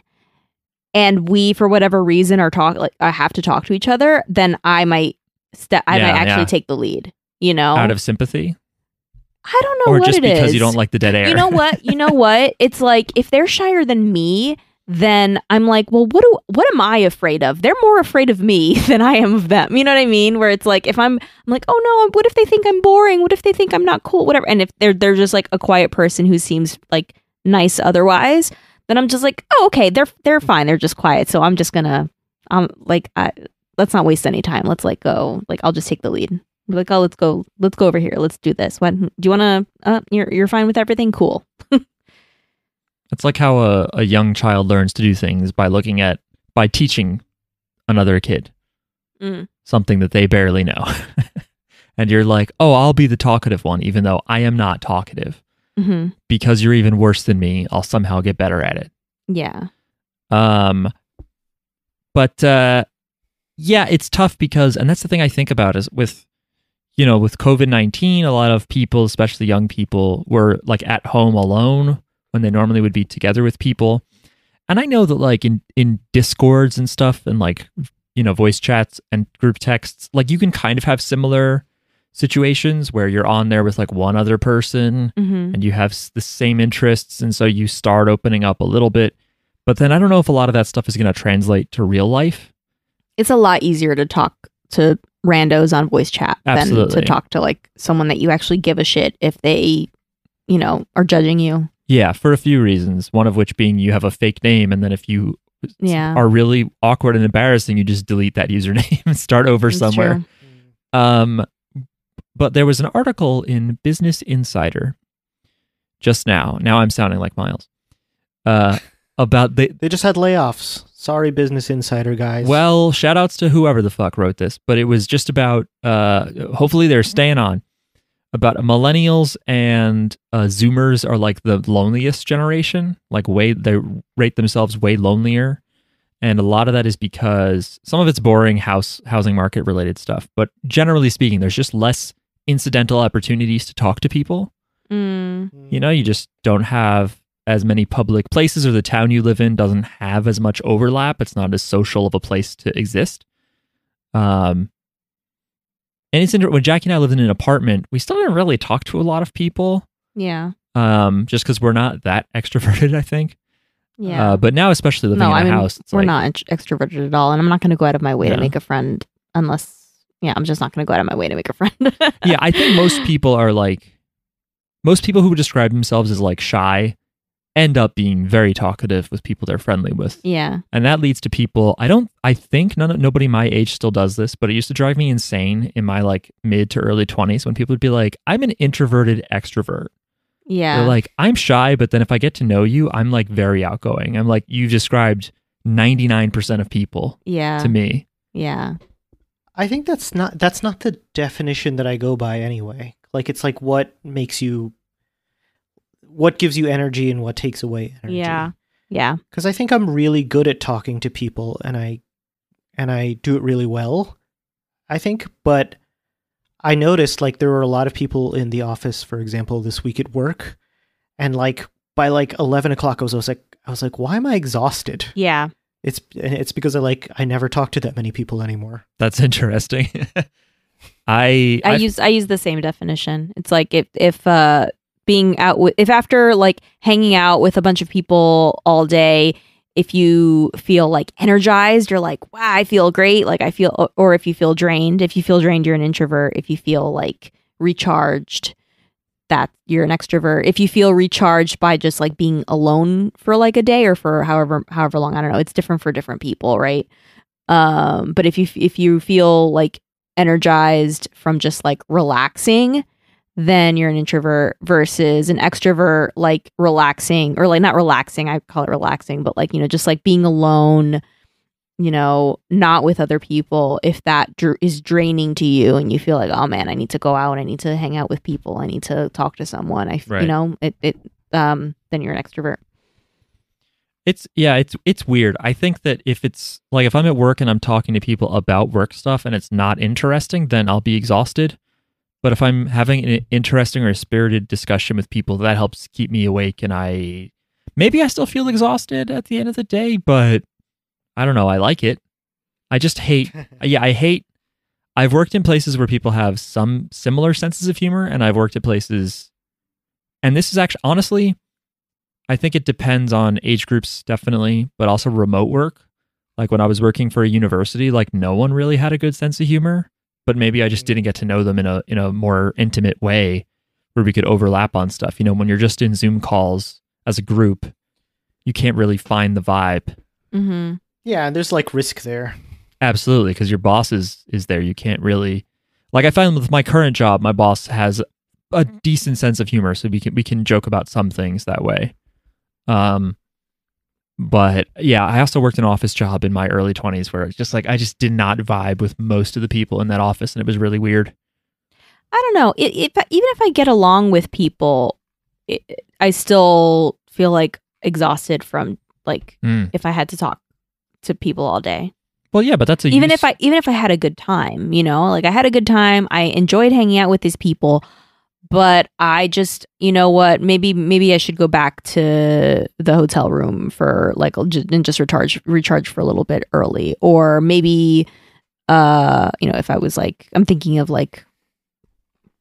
and we for whatever reason are talk like I have to talk to each other then I might step I
Yeah,
might actually
yeah.
take the lead you know
out of sympathy,
I don't know
or
what
just
it
because
is.
you don't like the dead air.
you know what you know what it's like if they're shyer than me then I'm like, well, what do what am I afraid of? They're more afraid of me than I am of them. You know what I mean? Where it's like, if I'm I'm like, oh no, what if they think I'm boring? What if they think I'm not cool? Whatever. And if they're they're just like a quiet person who seems like nice otherwise, then I'm just like, oh okay, they're they're fine. They're just quiet. So I'm just gonna um like I let's not waste any time. Let's like go. Like I'll just take the lead. Be like oh let's go let's go over here. Let's do this. When do you wanna? Uh, you're you're fine with everything. Cool.
It's like how a, a young child learns to do things by looking at, by teaching another kid
Mm.
something that they barely know. and you're like, oh, I'll be the talkative one, even though I am not talkative.
hmm
Because you're even worse than me, I'll somehow get better at it.
Yeah.
Um, but uh, yeah, it's tough because, and that's the thing I think about is with, you know, with COVID 19, a lot of people, especially young people, were like at home alone when they normally would be together with people. And I know that like in, in discords and stuff and like, you know, voice chats and group texts, like you can kind of have similar situations where you're on there with like one other person
hmm
and you have s- the same interests and so you start opening up a little bit but then i don't know if a lot of that stuff is going to translate to real life
It's a lot easier to talk to randos on voice chat than
Absolutely.
to talk to like someone that you actually give a shit if they, you know, are judging you.
yeah for a few reasons one of which being you have a fake name and then if you s-
Yeah.
are really awkward and embarrassing you just delete that username and start over
It's
somewhere
true.
Um, but there was an article in Business Insider just now. Now I'm sounding like Miles. Uh, about the
They just had layoffs. Sorry, Business Insider guys.
well, shout outs to whoever the fuck wrote this, but it was just about uh, hopefully they're staying on about millennials and uh, Zoomers are like the loneliest generation. Like way they rate themselves way lonelier, and a lot of that is because some of it's boring house housing market related stuff, but generally speaking, there's just less incidental opportunities to talk to people
Mm,
Mm.
you know you just don't have as many public places or the town you live in doesn't have as much overlap it's not as social of a place to exist um and it's inter- when jackie and i lived in an apartment we still didn't really talk to a lot of people
yeah.
um just because we're not that extroverted i think
Yeah.
uh, but now especially living
No,
in a
I mean,
house it's
We're
like,
not ext- extroverted at all. And I'm not going to go out of my way to
No.
make a friend unless, yeah, I'm just not going to go out of my way to make a friend.
yeah i think most people are like most people who would describe themselves as like shy end up being very talkative with people they're friendly with
Yeah.
and that leads to people i don't i think none, nobody my age still does this but it used to drive me insane in my like mid to early 20s when people would be like i'm an introverted extrovert
Yeah.
they're like i'm shy but then if i get to know you i'm like very outgoing i'm like you've described 99% of people
yeah.
to me
Yeah.
I think that's not that's not the definition that I go by anyway. Like it's like what makes you what gives you energy and what takes away energy.
Yeah. Yeah.
Cuz I think I'm really good at talking to people and I and I do it really well. I think, but I noticed like there were a lot of people in the office, for example, this week at work, and like by like eleven o'clock, I was, I was like, I was like, why am I exhausted?
Yeah.
It's and it's because I like I never talk to that many people anymore.
that's interesting i
I
I-
use I use the same definition. It's like if if uh being out with if after like hanging out with a bunch of people all day, if you feel like energized, you're like, wow, I feel great. Like I feel, or if you feel drained, if you feel drained, you're an introvert. If you feel like recharged, that you're an extrovert. If you feel recharged by just like being alone for like a day or for however however long, I don't know. It's different for different people, right? Um, but if you if you feel like energized from just like relaxing, then you're an introvert versus an extrovert, like relaxing or like not relaxing. I call it relaxing, but like, you know, just like being alone, you know, not with other people. If that dr- is draining to you and you feel like, oh man, I need to go out, I need to hang out with people, I need to talk to someone, I, f-
Right.
you know, it, it, um, then you're an extrovert.
It's yeah, it's it's weird. I think that if it's like if I'm at work and I'm talking to people about work stuff and it's not interesting, then I'll be exhausted. But if I'm having an interesting or spirited discussion with people, that helps keep me awake and I maybe I still feel exhausted at the end of the day, but I don't know, I like it. I just hate yeah, I hate I've worked in places where people have some similar senses of humor and I've worked at places and this is actually honestly I think it depends on age groups, definitely, but also remote work. Like when I was working for a university, like no one really had a good sense of humor, but maybe I just didn't get to know them in a in a more intimate way where we could overlap on stuff. You know, when you're just in Zoom calls as a group, you can't really find the vibe.
Mm-hmm.
Yeah, and there's like risk there.
Absolutely, because your boss is is there. You can't really like I found with my current job, my boss has a
Mm-hmm.
decent sense of humor, so we can we can joke about some things that way. Um, but yeah, I also worked an office job in my early twenties where it's just like I just did not vibe with most of the people in that office, and it was really weird.
I don't know. It, if even if I get along with people, it, I still feel like exhausted from like
Mm.
if I had to talk to people all day.
Well, yeah, but that's a
even
use-
if I even if I had a good time, you know, like I had a good time, I enjoyed hanging out with these people, but I just, you know what, maybe maybe I should go back to the hotel room for like just, and just recharge recharge for a little bit early or maybe uh, you know, if I was like I'm thinking of like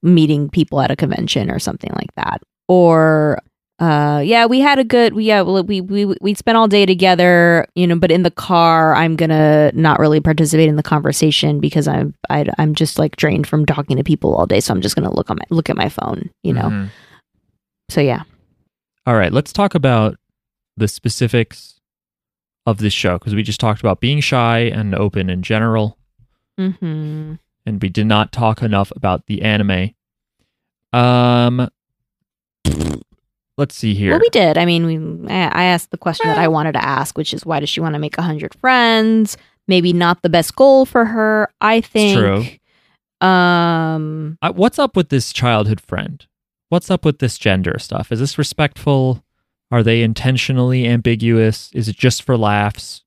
meeting people at a convention or something like that. Or uh yeah, we had a good we yeah, well, we we we spent all day together, you know, but in the car I'm going to not really participate in the conversation because I'm I I'm just like drained from talking to people all day, so I'm just going to look on my look at my phone, you know.
Mhm.
So yeah.
All right, let's talk about the specifics of this show because we just talked about being shy and open in general.
Mhm.
and we did not talk enough about the anime. Um, let's see here.
Well, we did. I mean, we, I I asked the question that I wanted to ask, which is why does she want to make 100 friends? Maybe not the best goal for her, I think. Um,
I, what's up with this childhood friend? What's up with this gender stuff? Is this respectful? Are they intentionally ambiguous? Is it just for laughs?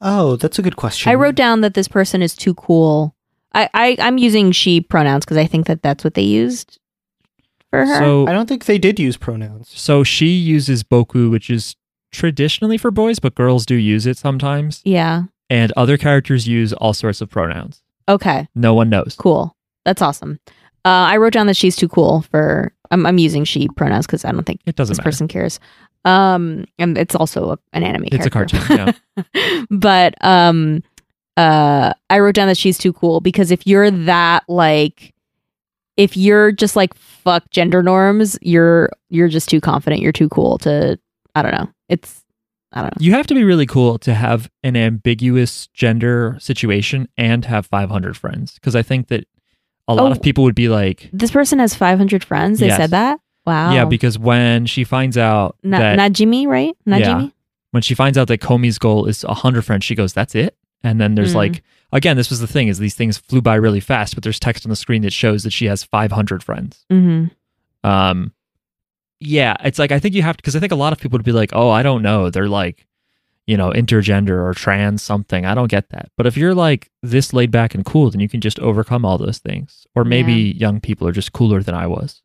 Oh, that's a good question.
I wrote down that this person is too cool. I, I I'm using she pronouns because I think that that's what they used for her.
So,
I don't think they did use pronouns.
so she uses boku, which is traditionally for boys, but girls do use it sometimes,
yeah.
and other characters use all sorts of pronouns.
Okay.
No one knows.
Cool. That's awesome. Uh, I wrote down that she's too cool for. I'm I'm using she pronouns because I don't think
It doesn't
this
matter.
person cares. Um, and it's also a, an anime.
It's a
character.
cartoon, yeah.
but um uh i wrote down that she's too cool because if you're that like if you're just like fuck gender norms you're you're just too confident you're too cool to i don't know it's i don't know
You have to be really cool to have an ambiguous gender situation and have 500 friends because I think that a lot
Oh.
of people would be like,
this person has 500 friends they
Yes.
said that wow
yeah, because when she finds out
Na-
that
Najimi, right? Najimi?
when she finds out that Comey's goal is 100 friends, she goes, that's it. And then there's
Mm.
like, again, this was the thing is these things flew by really fast, but there's text on the screen that shows that she has 500 friends.
Mm-hmm.
Um, yeah, it's like I think you have to because I think a lot of people would be like, oh, I don't know, they're like, you know, intergender or trans something. I don't get that. But if you're like this laid back and cool, then you can just overcome all those things. Or maybe young people are just cooler than I was.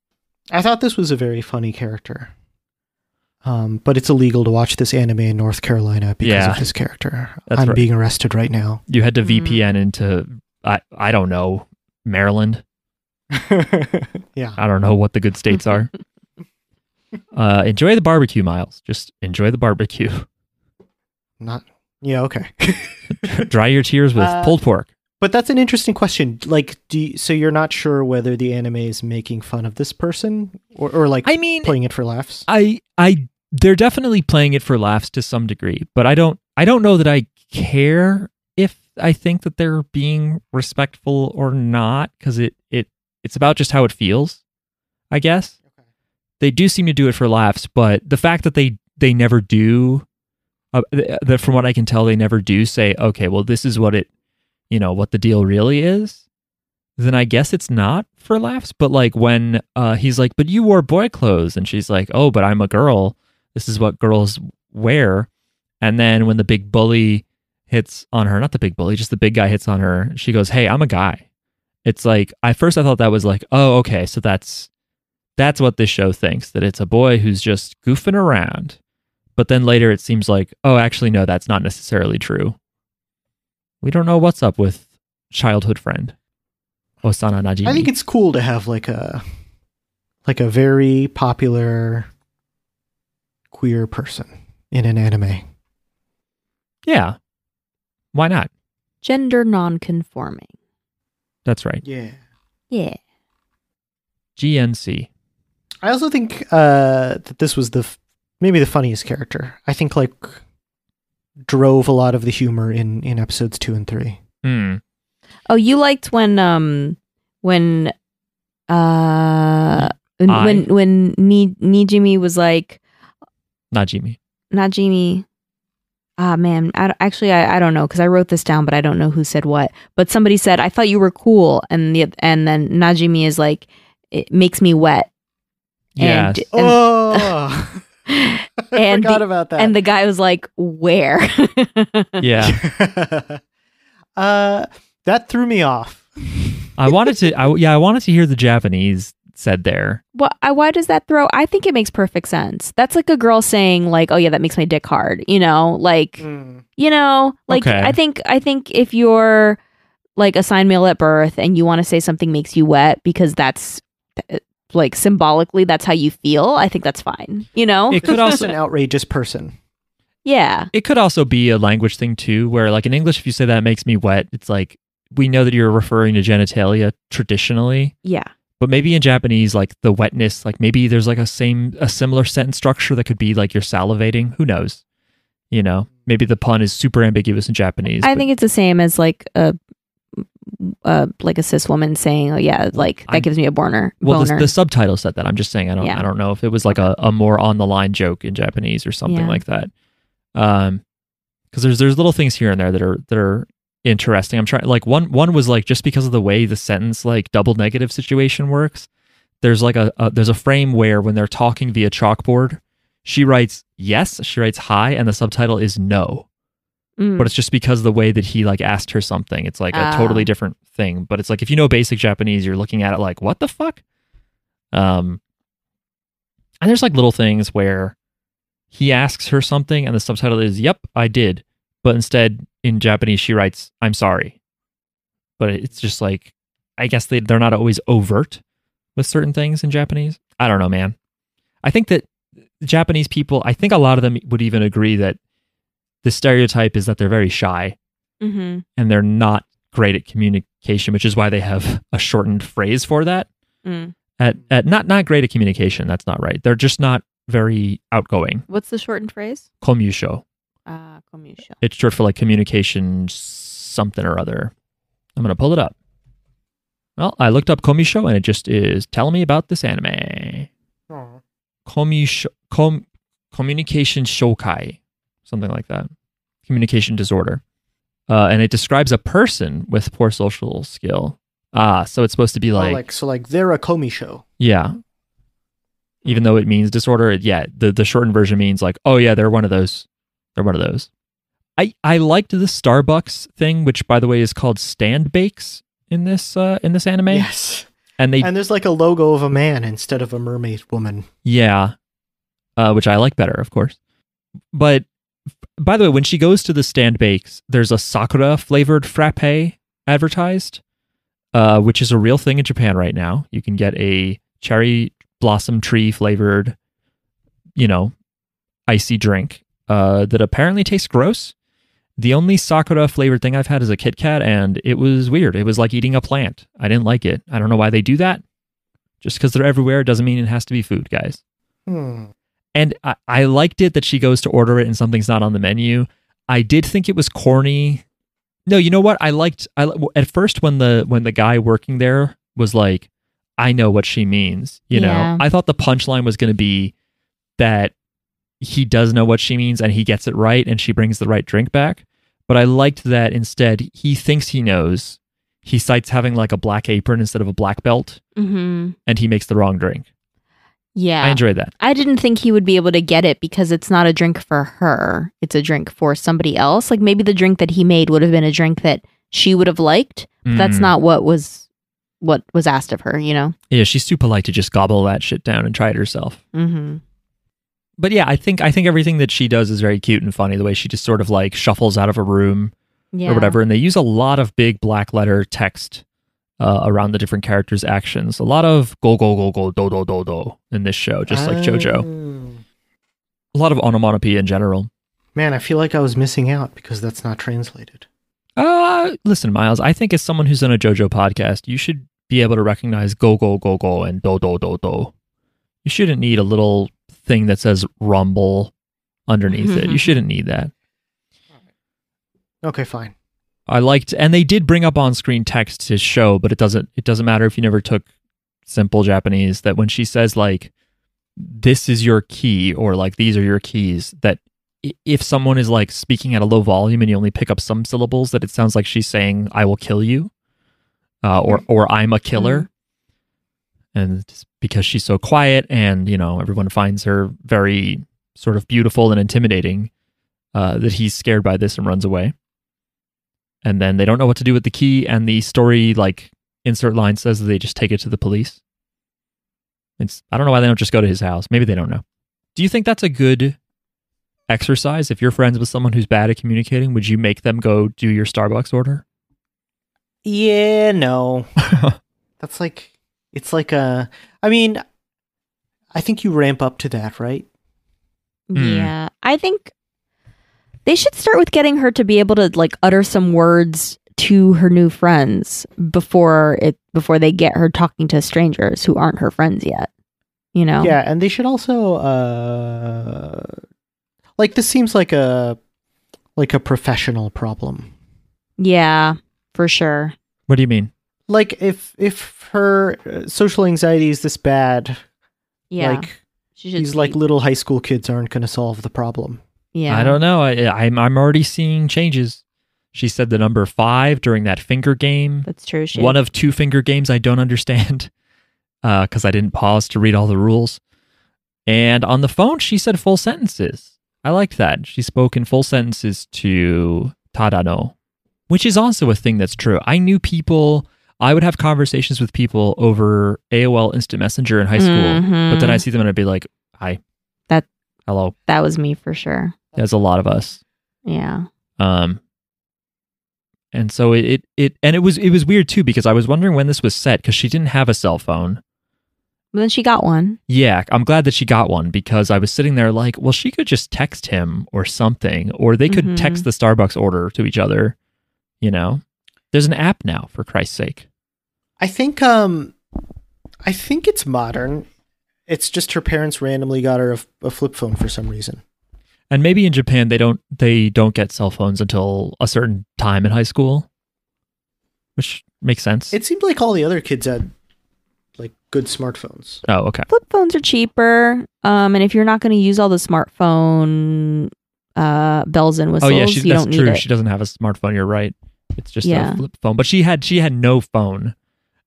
I thought this was a very funny character. Um, but it's illegal to watch this anime in North Carolina because
Yeah.
of this character.
That's
I'm
right.
being arrested right now.
You had to
Mm.
VPN into I I don't know Maryland.
yeah.
I don't know what the good states are. uh, enjoy the barbecue, Miles. Just enjoy the barbecue.
Not Yeah, okay.
Dry your tears with
Uh,
pulled pork.
But that's an interesting question. Like do you, so you're not sure whether the anime is making fun of this person or, or like
I mean,
playing it for laughs?
I I they're definitely playing it for laughs to some degree, but I don't I don't know that I care if I think that they're being respectful or not cuz it it it's about just how it feels, I guess.
Okay.
They do seem to do it for laughs, but the fact that they they never do uh, th- that from what I can tell they never do say, "Okay, well this is what it you know, what the deal really is." Then I guess it's not for laughs, but like when uh, he's like, "But you wore boy clothes," and she's like, "Oh, but I'm a girl. This is what girls wear." And then when the big bully hits on her, not the big bully, just the big guy hits on her, she goes, "Hey, I'm a guy." It's like I first I thought that was like, "Oh, okay, so that's that's what this show thinks that it's a boy who's just goofing around." But then later it seems like, "Oh, actually no, that's not necessarily true." We don't know what's up with childhood friend Osana Najimi.
I think it's cool to have like a like a very popular queer person in an anime.
Yeah. Why not?
Gender nonconforming.
That's right.
Yeah.
Yeah.
GNC.
I also think uh, that this was the f- maybe the funniest character. I think like drove a lot of the humor in in episodes two and three.
Hmm.
Oh, you liked when um when uh when
I-
when, when Ni- Nijimi was like
Not Jimmy.
Najimi. Ah, man. I, don't- actually, I, I don't know because I wrote this down, but I don't know who said what. But somebody said, I thought you were cool. And the and then Najimi is like, it makes me wet.
Yes.
And, and,
Oh, I
and
forgot
the-
about that.
and the guy was like, where?
yeah.
uh, that threw me off.
I wanted to. I, yeah, I wanted to hear the Japanese said there.
Well, I, uh, why does that throw? I think it makes perfect sense. That's like a girl saying, like, oh, yeah, that makes my dick hard. You know, like,
Hmm.
you know like
Okay.
i think i think if you're like assigned male at birth and you want to say something makes you wet because that's uh, like symbolically that's how you feel i think that's fine you know
It
Could
could
also
also.
an outrageous person.
yeah
It could also be a language thing too, where like in English, if you say that makes me wet, it's like we know that you're referring to genitalia traditionally,
yeah
but maybe in Japanese, like the wetness, like maybe there's like a same a similar sentence structure that could be like you're salivating. Who knows? You know, maybe the pun is super ambiguous in Japanese.
i
but-
think it's the same as like a uh, like a cis woman saying oh yeah like that
I-
gives me a boner
Well, the,
boner
the subtitle said that. I'm just saying. I don't.
Yeah.
I don't know if it was like a, a more on the line joke in Japanese or something
Yeah.
like that. Um, because there's there's little things here and there that are that are interesting. I'm trying. Like one one was like just because of the way the sentence like double negative situation works. There's like a, a there's a frame where when they're talking via chalkboard, she writes yes, she writes hi, and the subtitle is no.
Mm.
But it's just because of the way that he like asked her something. It's like a
Ah.
totally different thing. But it's like if you know basic Japanese, you're looking at it like, what the fuck? Um and there's like little things where he asks her something and the subtitle is, Yep, I did. But instead in Japanese she writes, I'm sorry. But it's just like I guess they they're not always overt with certain things in Japanese. I don't know, man. I think that Japanese people, I think a lot of them would even agree that the stereotype is that they're very shy
hmm
and they're not great at communication, which is why they have a shortened phrase for that.
Mm.
At, at not not great at communication, that's not right. They're just not very outgoing.
what's the shortened phrase
Komusho.
uh komusho
It's short for like communication something or other. I'm gonna pull it up. Well, I looked up Komusho and it just is tell me about this anime.
Oh.
Komusho, com, communication shokai, something like that. Communication disorder. Uh, and it describs a person with poor social skill. Ah, so it's supposed to be
Oh,
like,
like, so, like they're a Komi show.
yeah. Even though it means disorder, it, yeah, the, the shortened version means like, oh yeah, they're one of those. They're one of those. I, I liked the Starbucks thing, which by the way is called stand bakes in this uh, in this anime.
Yes.
And they
And there's like a logo of a man instead of a mermaid woman.
Yeah. Uh, which I like better, of course. But by the way, when she goes to the stand bakes, there's a sakura flavored frappe advertised, uh, which is a real thing in Japan right now. You can get a cherry blossom tree flavored, you know, icy drink uh, that apparently tastes gross. The only sakura flavored thing I've had is a Kit Kat, and it was weird. It was like eating a plant. I didn't like it. I don't know why they do that. Just because they're everywhere doesn't mean it has to be food, guys.
Hmm.
And I, I liked it that she goes to order it and something's not on the menu. I did think it was corny. No, you know what? I liked I li- at first when the when the guy working there was like, I know what she means, you
Yeah.
know. I thought the punchline was going to be that he does know what she means and he gets it right and she brings the right drink back. But I liked that instead he thinks he knows. He cites having like a black apron instead of a black belt
mm-hmm.
and he makes the wrong drink.
yeah
I enjoyed that.
I didn't think he would be able to get it because it's not a drink for her. It's a drink for somebody else. Like maybe the drink that he made would have been a drink that she would have liked. But That's
Mm.
not what was what was asked of her, you know.
Yeah, she's too polite to just gobble that shit down and try it herself.
Mm-hmm.
But yeah, I think I think everything that she does is very cute and funny. The way she just sort of like shuffles out of a room
Yeah.
or whatever, and they use a lot of big black letter text uh, around the different characters' actions. A lot of go go go go do do do do in this show, just like JoJo.
Oh.
a lot of onomatopoeia in general.
Man, I feel like I was missing out because that's not translated.
Uh, listen, Miles, I think as someone who's on a JoJo podcast, you should be able to recognize go, go, go, go, and do, do, do, do. You shouldn't need a little thing that says rumble underneath it. You shouldn't need that.
Okay, fine.
I liked, and they did bring up on-screen text to show, but it doesn't. It doesn't matter if you never took simple Japanese. That when she says like, "This is your key," or like, "These are your keys," that i- if someone is like speaking at a low volume and you only pick up some syllables, that it sounds like she's saying, "I will kill you," uh, or or "I'm a killer," and it's because she's so quiet, and you know everyone finds her very sort of beautiful and intimidating, uh, that he's scared by this and runs away and then they don't know what to do with the key and the story like insert line says that they just take it to the police it's i don't know why they don't just go to his house maybe they don't know do you think that's a good exercise if you're friends with someone who's bad at communicating would you make them go do your starbucks order
Yeah, no. That's like it's like a I mean I think you ramp up to that, right?
Mm.
Yeah. I think they should start with getting her to be able to like utter some words to her new friends before it before they get her talking to strangers who aren't her friends yet. You know?
Yeah, and they should also uh like this seems like a like a professional problem.
Yeah, for sure.
what do you mean
Like if if her uh, social anxiety is this bad,
Yeah.
like
she should
these like
see-
little high school kids aren't going to solve the problem.
Yeah.
i don't know I, I'm, I'm already seeing changes she said the number five during that finger game
That's true. She
one of two finger games I don't understand because I didn't pause to read all the rules. And on the phone, she said full sentences. I liked that. She spoke in full sentences to Tadano, which is also a thing that's true. I knew people, I would have conversations with people over AOL Instant Messenger in high school, but then I see them and I'd be like, hi.
That-
Hello.
Mm-hmm. that was me for sure.
There's a lot of us
Yeah.
um and so it, it it and it was it was weird too because i was wondering when this was set because she didn't have a cell phone
But then she got one.
yeah i'm glad that she got one because i was sitting there like well she could just text him or something or they could
Mhm.
text the starbucks order to each other you know there's an app now for christ's sake
I think um I think it's modern. It's just her parents randomly got her a, f- a flip phone for some reason.
and maybe in japan they don't they don't get cell phones until a certain time in high school which makes sense
It seemed like all the other kids had like good smartphones.
oh okay
flip phones are cheaper. Um, and if you're not going to use all the smartphone uh, bells and
Oh
whistles,
yeah, she,
you
that's
don't need
true.
it.
She doesn't have a smartphone. You're right. It's just
Yeah.
a flip phone. But she had she had no phone,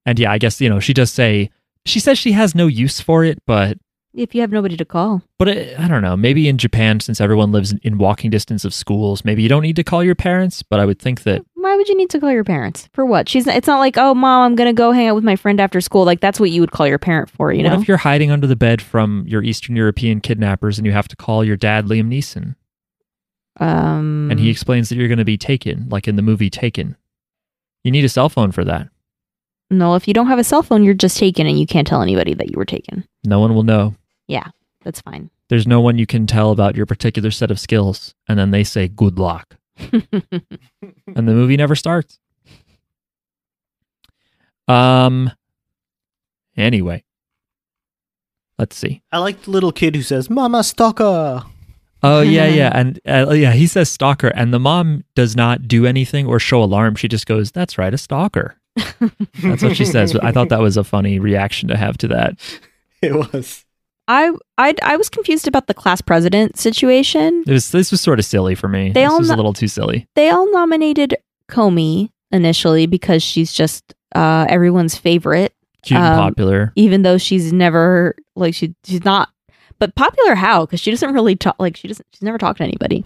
and yeah, I guess you know she does say she says she has no use for it, but
if you have nobody to call,
but it, I don't know. Maybe in Japan, since everyone lives in- in walking distance of schools, maybe you don't need to call your parents. But I would think that
why would you need to call your parents for what? She's. Not, it's not like, oh, mom, I'm going to go hang out with my friend after school. Like that's what you would call your parent for, you
what
know?
if you're hiding under the bed from your Eastern European kidnappers and you have to call your dad Liam Neeson,
um,
and he explains that you're going to be taken, like in the movie Taken. You need a cell phone for that.
no, if you don't have a cell phone, you're just taken, and you can't tell anybody that you were taken.
No one will know.
That's fine.
there's no one you can tell about your particular set of skills and then they say good luck and the movie never starts um anyway let's see
I like the little kid who says "Mama Stalker."
oh yeah yeah and uh, yeah he says stalker and the mom does not do anything or show alarm she just goes that's right a stalker that's what she says i thought that was a funny reaction to have to that
it was.
I, I I was confused about the class president situation.
it was this was sort of silly for me
They
this
all
was a
kn-
little too silly
they all nominated Comey initially because she's just uh, everyone's favorite,
cute and
Um,
popular
even though she's never like she she's not. But popular how? Because she doesn't really talk. Like she doesn't. She's never talked to anybody.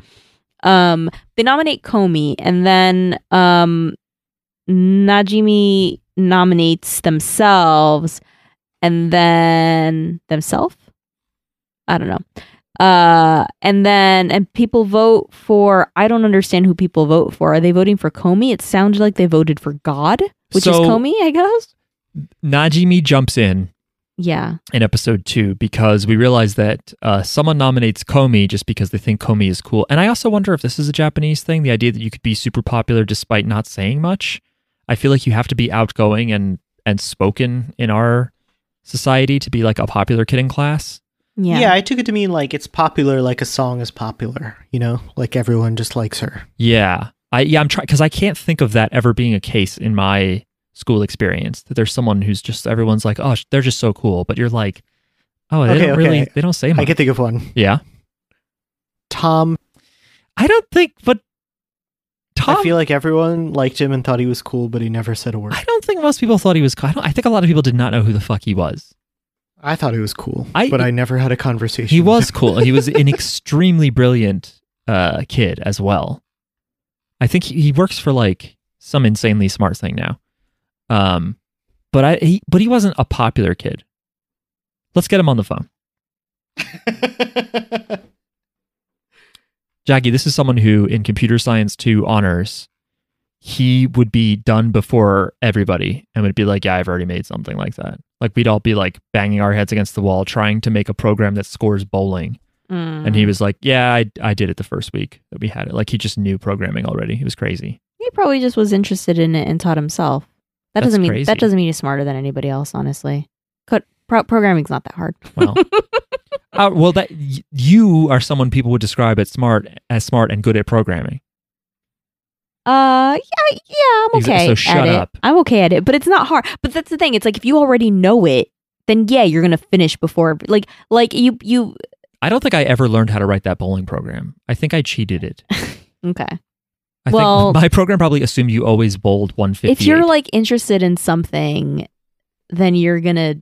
Um, they nominate Comey, and then um, Najimi nominates themselves, and then themselves. I don't know. Uh, and then and people vote for. I don't understand who people vote for. Are they voting for Comey? It sounded like they voted for God, which is
So-
Comey, I guess.
najimi jumps in
Yeah.
in episode two because we realized that uh, someone nominates Comey just because they think Comey is cool. And I also wonder if this is a Japanese thing the idea that you could be super popular despite not saying much. I feel like you have to be outgoing and, and spoken in our society to be like a popular kid in class.
Yeah.
yeah, I took it to mean like it's popular, like a song is popular, you know, like everyone just likes her.
Yeah. I yeah, I'm trying because I can't think of that ever being a case in my school experience that there's someone who's just everyone's like, oh, sh- they're just so cool, but you're like, oh, they
Okay,
don't really,
okay.
they don't say
I
much.
can think of one.
yeah,
Tom,
I don't think, but Tom,
I feel like everyone liked him and thought he was cool, but he never said a word.
I don't think most people thought he was cool. I, don't, I think a lot of people did not know who the fuck he was.
I thought he was cool,
I-
but I never had a conversation.
He
with
was
him.
cool. He was an extremely brilliant uh, kid as well. I think he, he works for like some insanely smart thing now. Um, but I he, but he wasn't a popular kid. Let's get him on the phone, Jackie. This is someone who in computer science two honors. He would be done before everybody and would be like, Yeah, I've already made something like that. Like, we'd all be like banging our heads against the wall trying to make a program that scores bowling.
Mm.
And he was like, "Yeah, I, I did it the first week that we had it. Like he just knew programming already. He was crazy.
He probably just was interested in it and taught himself. That
That's
doesn't mean
crazy.
that doesn't mean he's smarter than anybody else. Honestly, Code, pro- programming's not that hard.
Wow. uh, well, that y- you are someone people would describe as smart, as smart and good at programming.
Uh, yeah, yeah, I'm
Exa-
okay.
so shut
at it.
up.
I'm okay at it, but it's not hard. But that's the thing. It's like if you already know it, then yeah, you're gonna finish before like like you you
I don't think I ever learned how to write that bowling program. I think I cheated it.
okay.
I
Well-
think my program probably assumed you always bowled one fifty.
If you're like interested in something, then you're gonna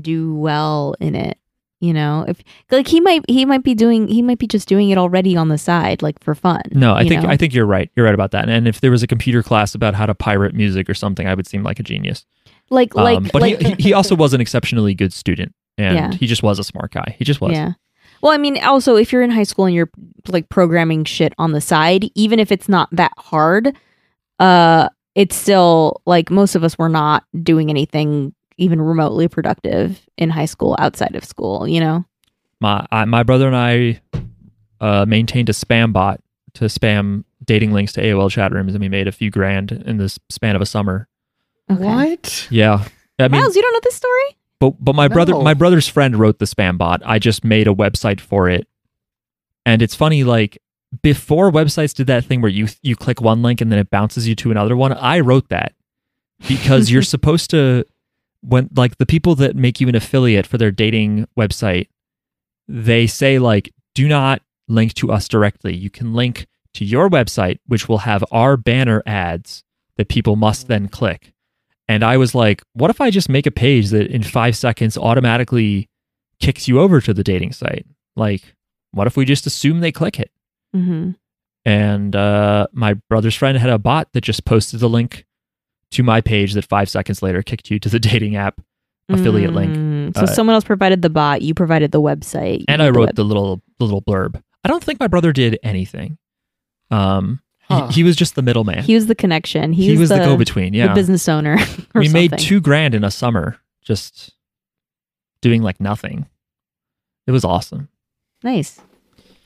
do well in it. You know, if like he might he might be doing he might be just doing it already on the side, like for fun.
no, I
you
think
know?
I think you're right. You're right about that. And if there was a computer class about how to pirate music or something, I would seem like a genius.
like
Um,
like
but he-
like
he, he also was an exceptionally good student, and
Yeah.
he just was a smart guy. He just was.
Yeah. Well, I mean, also if you're in high school and you're like programming shit on the side, even if it's not that hard, uh, it's still like most of us were not doing anything even remotely productive in high school outside of school, you know?
my I, my brother and I uh, maintained a spam bot to spam dating links to AOL chat rooms, and we made a few grand in the s- span of a summer.
What?
Yeah, I mean,
Miles, you don't know this story?
but but my brother
No.
my brother's friend wrote the spam bot. I just made a website for it, and it's funny like before websites did that thing where you you click one link and then it bounces you to another one. I wrote that because you're supposed to when like the people that make you an affiliate for their dating website, they say like do not link to us directly. You can link to your website which will have our banner ads that people must then click. And I was like, what if I just make a page that in 5 seconds automatically kicks you over to the dating site? Like what if we just assume they click it?
Mm-hmm.
and uh, my brother's friend had a bot that just posted the link to my page that five seconds later kicked you to the dating app affiliate link
Mm-hmm. So
Uh,
someone else provided the bot, you provided the website. you
and
did
i wrote
web-
the little the little blurb i don't think my brother did anything um he-
Huh.
he, was just the middleman
He was the connection. He,
He was the, go-between
the
yeah
business owner. or
we made
something.
two grand in a summer just doing like nothing it was awesome
Nice.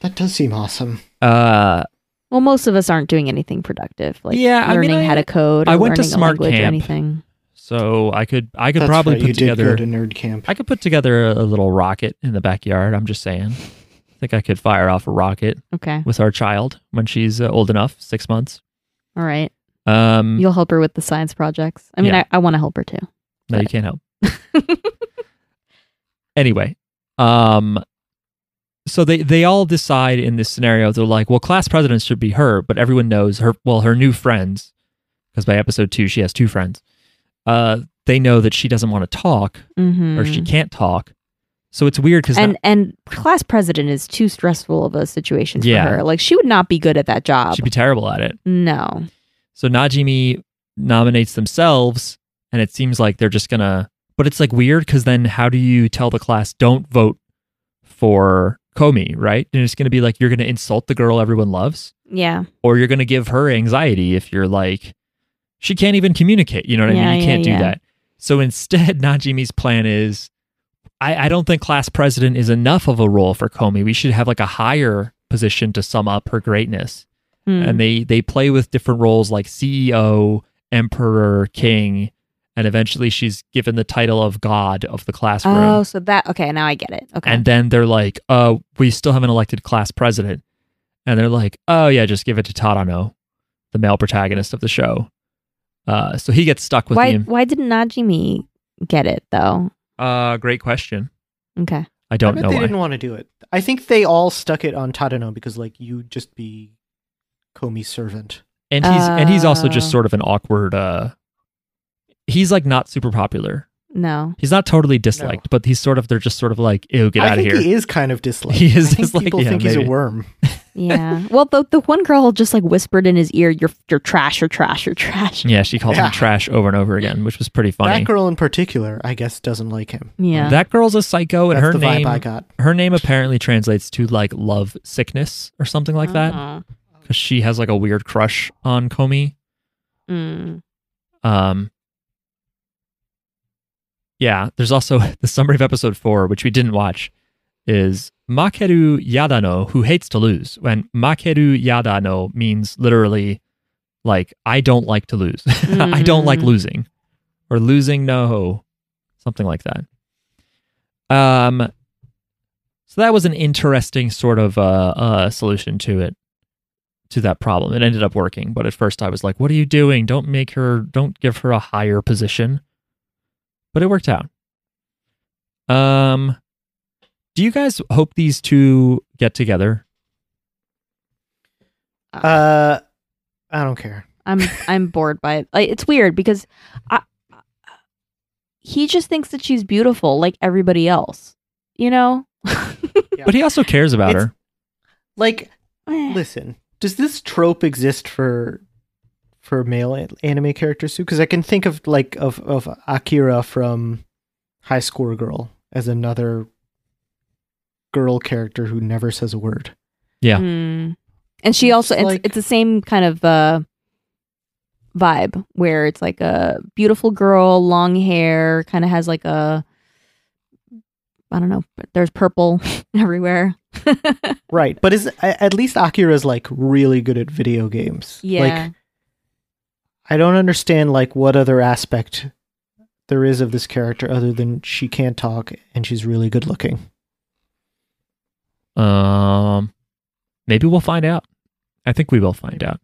That does seem awesome.
uh
Well, most of us aren't doing anything productive, like
Yeah, I mean,
learning
I-
how to code. Or
I went to
learning a
Smart
language
Camp.
or anything.
so i could i could
That's
probably
right,
put
you
together
did go to nerd camp.
I could put together a little rocket in the backyard. I'm just saying. I think I could fire off a rocket
Okay,
with our child when she's uh, old enough, six months.
all right.
Um,
You'll help her with the science projects. I mean,
Yeah.
I, I want to help her too.
no, you can't help. anyway, um, so they they all decide in this scenario they're like, well, class president should be her, but everyone knows her. Well, her new friends, because by episode two she has two friends. Uh, they know that she doesn't want to talk
Mm-hmm.
or she can't talk. So it's weird because
and and class president is too stressful of a situation for
Yeah.
her. Like she would not be good at that job.
she'd be terrible at it.
no.
So Najimi nominates themselves, and it seems like they're just gonna. But it's like weird because then how do you tell the class don't vote for Comey, right? And it's gonna be like you're gonna insult the girl everyone loves,
Yeah.
or you're gonna give her anxiety if you're like she can't even communicate. You know what I
Yeah,
mean? You
yeah,
can't do
yeah.
that. So instead, Najimi's plan is I, I don't think class president is enough of a role for Comey. We should have like a higher position to sum up her greatness.
Hmm.
And they they play with different roles like CEO, emperor, king, and eventually she's given the title of god of the classroom.
oh, so that okay. Now I get it. Okay.
And then they're like, "Uh, we still haven't elected class president," and they're like, "Oh yeah, just give it to Tadano, the male protagonist of the show." Uh, so he gets stuck with
why
the.
why didn't Najimi get it though?
Uh, great question.
Okay.
I don't
I bet
know
they
why.
didn't want to do it. I think they all stuck it on Tadano because like you just be Comey's servant.
and he's and he's also
Oh.
just sort of an awkward. Uh, he's like not super popular.
No.
He's not totally disliked, but he's sort of they're just sort of like, "Ew, get
I
out of
think
here."
he is kind of disliked.
He is
I think
disliked,
People
yeah,
think he's
maybe.
a worm.
Yeah. well, the the one girl just like whispered in his ear, "You're you're trash. You're trash. You're trash."
yeah, she called
Yeah.
him trash over and over again, which was pretty funny.
That girl in particular, I guess, doesn't like him.
Yeah.
That girl's a psycho, and
That's
her
the vibe
name
I got.
her name apparently translates to like love sickness or something like that
Oh.
because she has like a weird crush on Comey.
Mm.
Um, yeah, there's also the summary of episode four, which we didn't watch, is Makeru Yadano, who hates to lose. When Makeru Yadano means literally like, I don't like to lose. I don't like
Mhm.
losing or losing no, something like that. Um, so that was an interesting sort of uh, uh, solution to it, to that problem. It ended up working, but at first I was like, "What are you doing? Don't make her, don't give her a higher position." But it worked out. Um, do you guys hope these two get together?
Uh, I don't care.
I'm I'm bored by it. Like, it's weird because I, he just thinks that she's beautiful like everybody else. You know?
Yeah.
But he also cares about
It's-
her.
Like,
Eh.
listen, does this trope exist for for male an- anime characters too? Because I can think of like of of Akira from High Score Girl as another girl character who never says a word.
Yeah.
Mm. And she also
It's
it's,
like-
it's the same kind of uh vibe where it's like a beautiful girl, long hair, kind of has like a I don't know, but there's purple everywhere.
Right, but is a- at least Akira's like really good at video games.
Yeah.
Like I don't understand like what other aspect there is of this character other than she can't talk and she's really good looking.
Um, maybe we'll find out. I think we will find out.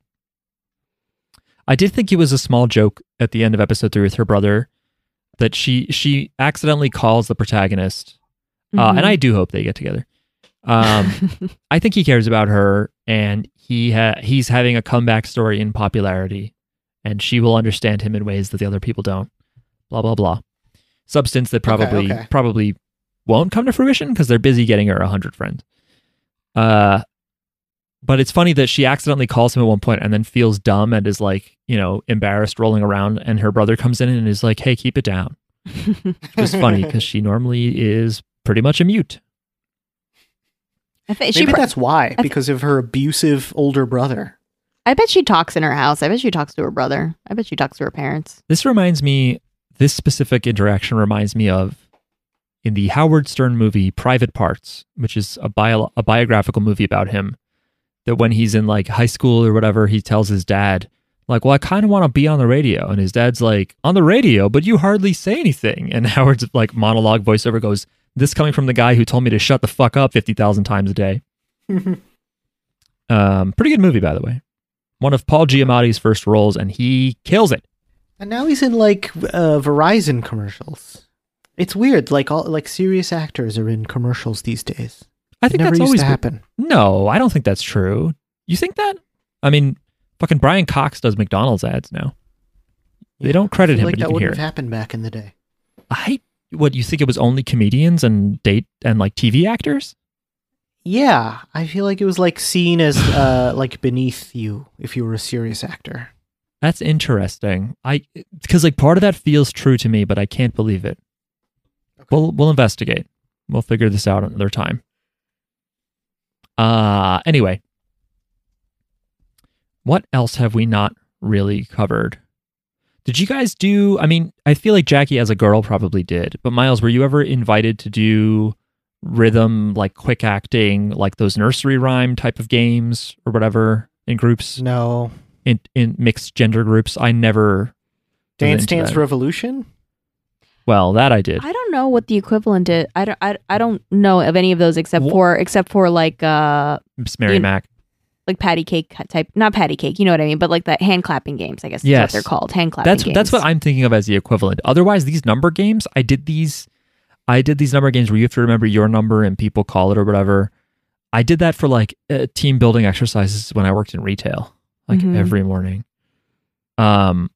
I did think it was a small joke at the end of episode three with her brother that she she accidentally calls the protagonist, uh,
Mm-hmm.
and I do hope they get together. Um,
Mhm.
I think he cares about her, and he ha- he's having a comeback story in popularity, and she will understand him in ways that the other people don't. Blah blah blah. Substance that probably
okay.
probably won't come to fruition because they're busy getting her a hundred friends. Uh, but it's funny that she accidentally calls him at one point and then feels dumb and is like, you know, embarrassed, rolling around, and her brother comes in and is like, "Hey, keep it down." Which was funny because she normally is pretty much a mute.
I think she
Maybe
pro-
that's why
thi-
because of her abusive older brother.
I bet she talks in her house. I bet she talks to her brother. I bet she talks to her parents.
This reminds me, this specific interaction reminds me of in the Howard Stern movie Private Parts, which is a, bio, a biographical movie about him. That when he's in like high school or whatever, he tells his dad, like, well, I kind of want to be on the radio. And his dad's like, on the radio, but you hardly say anything. And Howard's like monologue voiceover goes, this coming from the guy who told me to shut the fuck up 50,000 times a day. Um, pretty good movie, by the way. One of Paul Giamatti's first roles, and he kills it.
And now he's in like uh, Verizon commercials. It's weird. Like all like serious actors are in commercials these days.
I
It
think
never
that's
used
always
to
been-
happen.
No, I don't think that's true. You think that? I mean, fucking Brian Cox does McDonald's ads now. They don't
I
credit
feel
him,
like
but you
that
can hear
wouldn't
it.
have happened back in the day.
I what you think it was only comedians and date and like TV actors?
Yeah, I feel like it was like seen as uh, like beneath you if you were a serious actor.
That's interesting. I because like part of that feels true to me, but I can't believe it. We'll we'll investigate. We'll figure this out another time. Uh anyway. What else have we not really covered? Did you guys do? I mean, I feel like Jackie as a girl probably did, but Miles, were you ever invited to do rhythm, like quick acting, like those nursery rhyme type of games or whatever in groups,
No.
in, in mixed gender groups? I never. was
Dance
into
Dance
that.
Revolution?
Well, that I did.
I don't know what the equivalent is. I don't. I, I don't know of any of those except
Wha-
for except for like uh
Miss Mary
you-
Mac.
like patty cake type. Not patty cake. You know what I mean. But like the hand clapping games. I guess is
Yes.
what they're called. Hand clapping.
That's that's what I'm thinking of as the equivalent. Otherwise, these number games, I did these, I did these number games where you have to remember your number and people call it or whatever. I did that for like uh, team building exercises when I worked in retail, like
Mhm.
every morning. Um,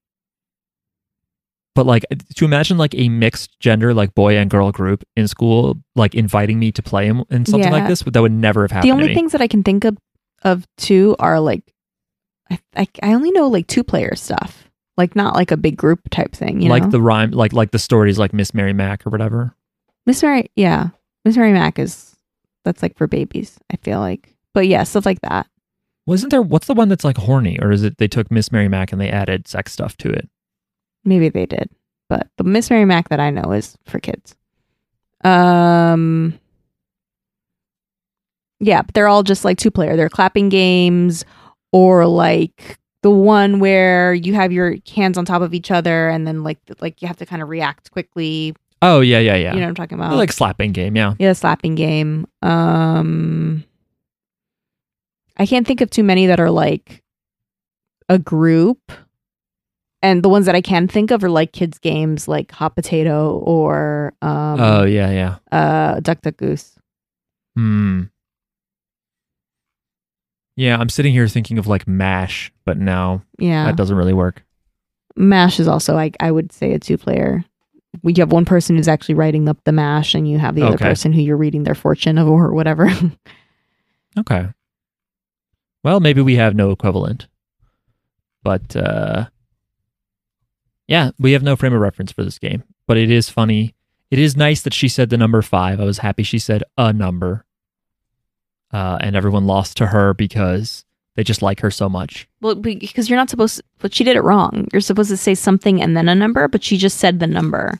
but like to imagine like a mixed gender, like boy and girl group in school, like inviting me to play in, in something like
Yeah.
this, that would never have happened.
the
to
only
me.
things that I can think of of two are like I I, I only know like two player stuff. Like not like a big group type thing. You
like
know?
the rhyme, like like the stories, like Miss Mary Mac or whatever.
Miss Mary, yeah, Miss Mary Mac is that's like for babies. I feel like, but yeah, stuff like that.
Wasn't there what's the one that's like horny, or is it they took Miss Mary Mac and they added sex stuff to it?
Maybe they did, but the Miss Mary Mac that I know is for kids. Um, yeah, but they're all just like two player. They're clapping games or like the one where you have your hands on top of each other and then like th- like you have to kind of react quickly.
Oh yeah, yeah, yeah.
You know um, what I'm talking about?
like slapping game, yeah.
Yeah, the slapping game. Um I can't think of too many that are like a group. And the ones that I can think of are like kids games like hot potato or um
oh yeah, yeah.
uh duck duck goose.
Hmm. Yeah, I'm sitting here thinking of like Mash, but no,
Yeah.
that doesn't really work.
Mash is also I I would say a two player. You have one person who's actually writing up the mash and you have the other
Okay.
person who you're reading their fortune of or whatever.
Okay. Well, maybe we have no equivalent, but uh, yeah, we have no frame of reference for this game. But it is funny. It is nice that she said the number five. I was happy she said a number, uh, and everyone lost to her because they just like her so much.
Well, because you're not supposed to, but she did it wrong. You're supposed to say something and then a number, but she just said the number.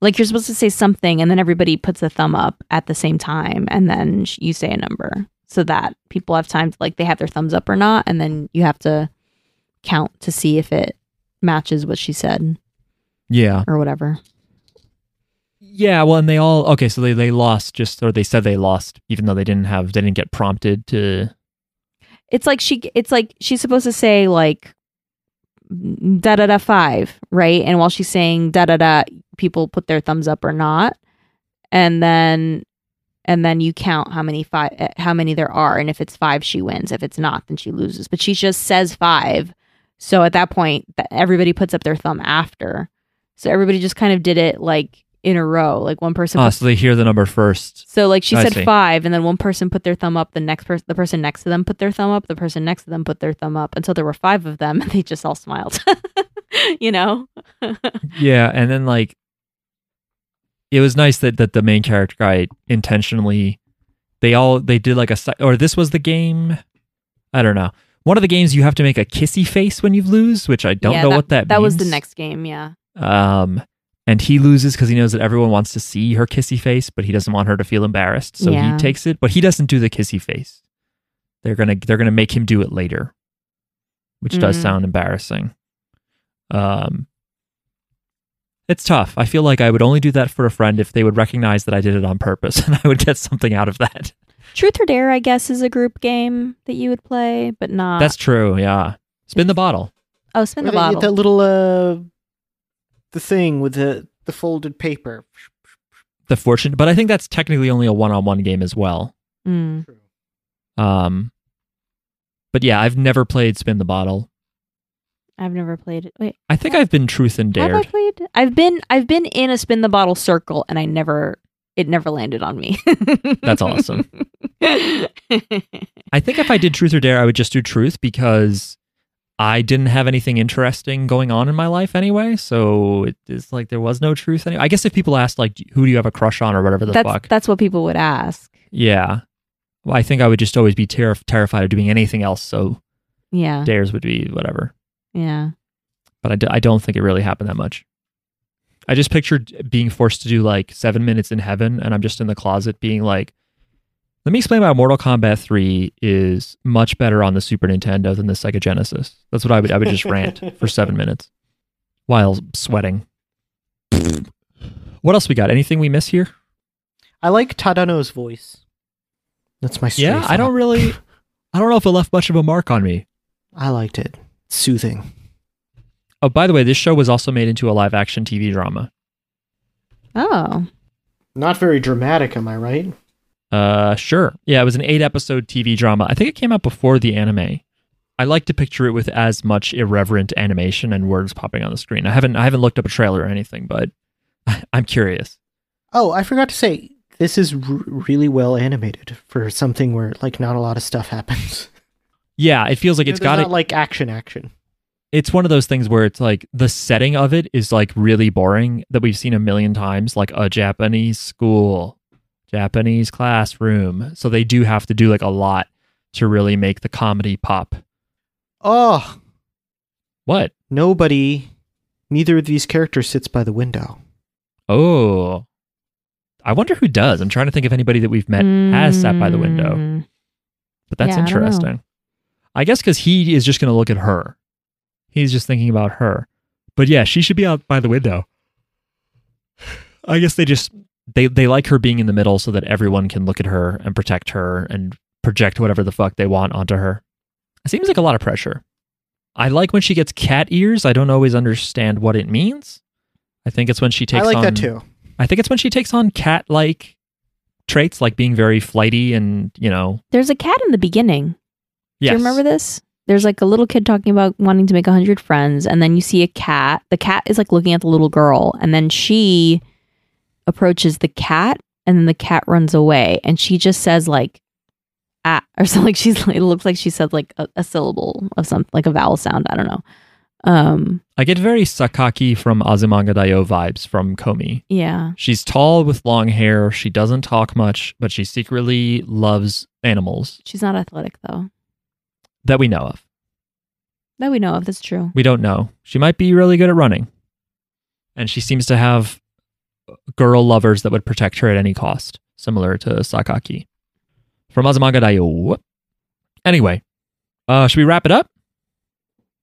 Like you're supposed to say something and then everybody puts a thumb up at the same time and then sh- you say a number so that people have time to like they have their thumbs up or not and then you have to count to see if it matches what she said
Yeah.
or whatever.
Yeah, well, and they all okay. So they they lost just, or they said they lost, even though they didn't have, they didn't get prompted to.
It's like she it's like she's supposed to say like da da da 5, right? And while she's saying da da da people put their thumbs up or not and then and then you count how many five how many there are and if it's five she wins if it's not then she loses but she just says five so at that point th- everybody puts up their thumb after so everybody just kind of did it like in a row like one person
Ah,
put-
so they hear the number first.
so like she
I
said
see.
five, and then one person put their thumb up. The next person, the person next to them, put their thumb up. The person next to them put their thumb up until there were five of them, and they just all smiled. you know,
yeah, and then like, it was nice that that the main character guy intentionally, they all they did like a si- or this was the game, I don't know. One of the games you have to make a kissy face when you lose, which I don't
Yeah,
know what that
that was the
means.
next game. Yeah,
Um, and he loses because he knows that everyone wants to see her kissy face, but he doesn't want her to feel embarrassed, so
Yeah.
he takes it. But he doesn't do the kissy face. They're gonna they're gonna make him do it later, which does
Mhm.
sound embarrassing. Um, it's tough. I feel like I would only do that for a friend if they would recognize that I did it on purpose, and I would get something out of that.
Truth or Dare, I guess, is a group game that you would play, but not.
That's true. Yeah, spin the bottle.
oh, spin
Where
the
they get
bottle.
That little uh, the thing with the the folded paper.
The fortune, but I think that's technically only a one-on-one game as well.
Mm.
Um, but yeah, I've never played Spin the Bottle.
I've never played it. Wait,
I think I've been truth and
have I
dared.
played? I've been I've been in a spin the bottle circle, and I never it never landed on me.
That's awesome.
I
I think if I did truth or dare, I would just do truth because I didn't have anything interesting going on in my life anyway. So it is like there was no truth. Any- I guess if people asked like, who do you have a crush on or whatever the
that's
fuck,
that's what people would ask.
yeah. Well, I think I would just always be
Uh-huh.
terri terrified of doing anything else. So
Yeah,
dares would be whatever.
yeah.
but I d- I don't think it really happened that much. I just pictured being forced to do like seven minutes in heaven, and I'm just in the closet being like, let me explain why Mortal Kombat 3 is much better on the Super Nintendo than the Sega Genesis. That's what I would I would just rant for seven minutes while sweating. What else we got? Anything we miss here?
I like Tadano's voice. That's my stray
yeah, I
thought.
don't really I don't know if it left much of a mark on me.
I liked it. Soothing.
Oh, by the way, this show was also made into a live action TV drama.
Oh,
Not very dramatic, am I right?
Uh, sure. Yeah, it was an eight episode TV drama. I think it came out before the anime. I like to picture it with as much irreverent animation and words popping on the screen. I haven't I haven't looked up a trailer or anything, but I'm curious.
Oh, I forgot to say this is r- really well animated for something where like not a lot of stuff happens.
Yeah, it feels like it's
There's
got
not
it.
like action action.
It's one of those things where it's like the setting of it is like really boring that we've seen a million times, like a Japanese school, Japanese classroom. So they do have to do like a lot to really make the comedy pop.
Oh,
What?
nobody neither of these characters sits by the window.
Oh. I wonder who does. I'm trying to think of anybody that we've met has sat by the window,
Mm.
but that's
Yeah, I don't know.
interesting. I, guess because he is just going to look at her. He's just thinking about her. But yeah, she should be out by the window. I guess they just they they like her being in the middle so that everyone can look at her and protect her and project whatever the fuck they want onto her. It seems like a lot of pressure. I like when she gets cat ears. I don't always understand what it means. I think it's when she takes
I like
on,
that too.
I think it's when she takes on cat like traits, like being very flighty and, you know,
There's a cat in the beginning.
yes.
Do you remember this? There's like a little kid talking about wanting to make 100 friends, and then you see a cat. The cat is like looking at the little girl, and then she approaches the cat, and then the cat runs away, and she just says, like, ah, or something. Like, she's like, it looks like she said, like, a, a syllable of something, like a vowel sound. I don't know. Um,
I get very Sakaki from Azumanga Daioh vibes from Komi.
yeah.
She's tall with long hair. She doesn't talk much, but she secretly loves animals
She's not athletic, though.
that we know of.
That we know of. That's true.
We don't know. She might be really good at running. And she seems to have girl lovers that would protect her at any cost, similar to Sakaki. From Azumanga Daioh. Anyway, uh, should we wrap it up?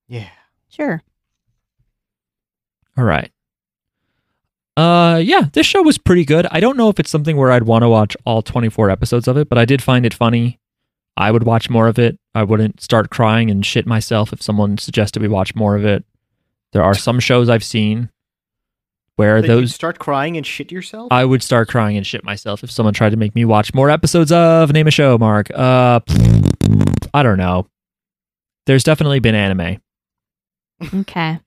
Yeah.
Sure.
All right. Uh yeah, this show was pretty good. I don't know if it's something where I'd want to watch all 24 episodes of it, but I did find it funny. I would watch more of it. I wouldn't start crying and shit myself if someone suggested we watch more of it. There are some shows I've seen where
That you
those
start crying and shit yourself?
I would start crying and shit myself if someone tried to make me watch more episodes of Name a Show, Mark. Uh I don't know. There's definitely been anime.
Okay.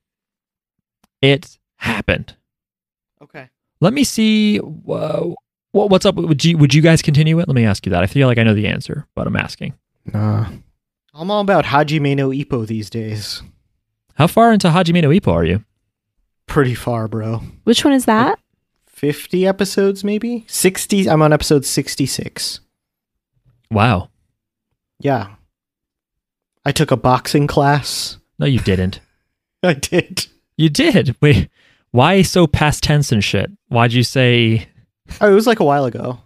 It happened.
okay.
Let me see. Whoa. What, what's up? Would you would you guys continue it? Let me ask you that. I feel like I know the answer, but I'm asking.
Nah. I'm all about Hajime no Ippo these days.
How far into Hajime no Ippo are you?
Pretty far, bro.
Which one is that?
50 episodes maybe 60 i'm on episode 66
Wow.
yeah i took a boxing class
No, you didn't.
i did
you did. Wait. Why so past tense and shit? Why'd you say?
oh it was like a while ago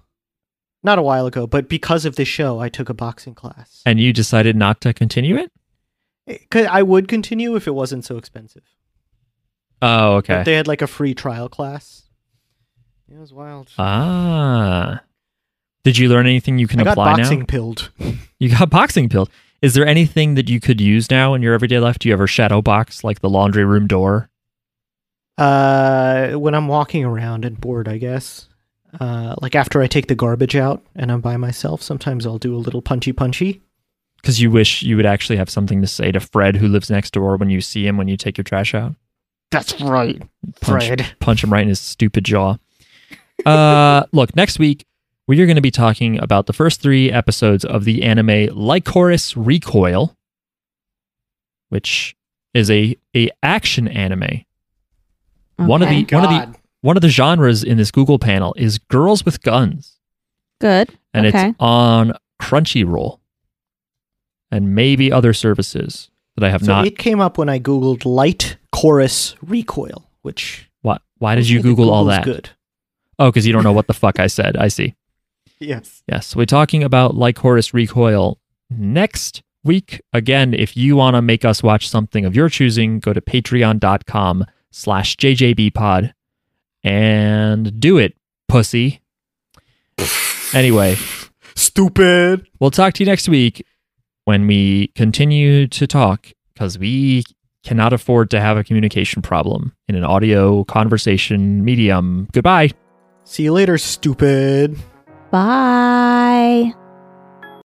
not a while ago but because of this show i took a boxing class
And you decided not to continue it?
It- 'cause i would continue if it wasn't so expensive
Oh,
But
okay.
they had like a free trial class it was wild
Uh, Ah. Did you learn anything you can
i got
apply
boxing
now?
pilled
You got boxing pilled. Is there anything that you could use now in your everyday life? Do you ever shadow box like the laundry room door?
uh when i'm walking around and bored i guess uh like after i take the garbage out and i'm by myself sometimes i'll do a little punchy punchy
Because you wish you would actually have something to say to Fred, who lives next door, when you see him when you take your trash out.
That's right,
Punch,
Fred.
punch him right in his stupid jaw. Uh, look, next week we are going to be talking about the first three episodes of the anime Lycoris Recoil, which is a a action anime. One of
Okay.
the one of the one of the genres in this Google panel is girls with guns,
Good.
and
Okay.
it's on Crunchyroll and maybe other services that I have
So
not
it came up when I googled light chorus recoil, which
Why, why did
I
you
think
Google all
Google's
that?
Good.
Oh, because you don't know what the fuck I said. I see.
Yes.
Yes, we're talking about Like Horus Recoil next week. Again, if you want to make us watch something of your choosing, go to patreon.com slash jjbpod and do it, pussy. Anyway,
Stupid.
we'll talk to you next week when we continue to talk because we cannot afford to have a communication problem in an audio conversation medium. Goodbye.
See you later, stupid.
Bye.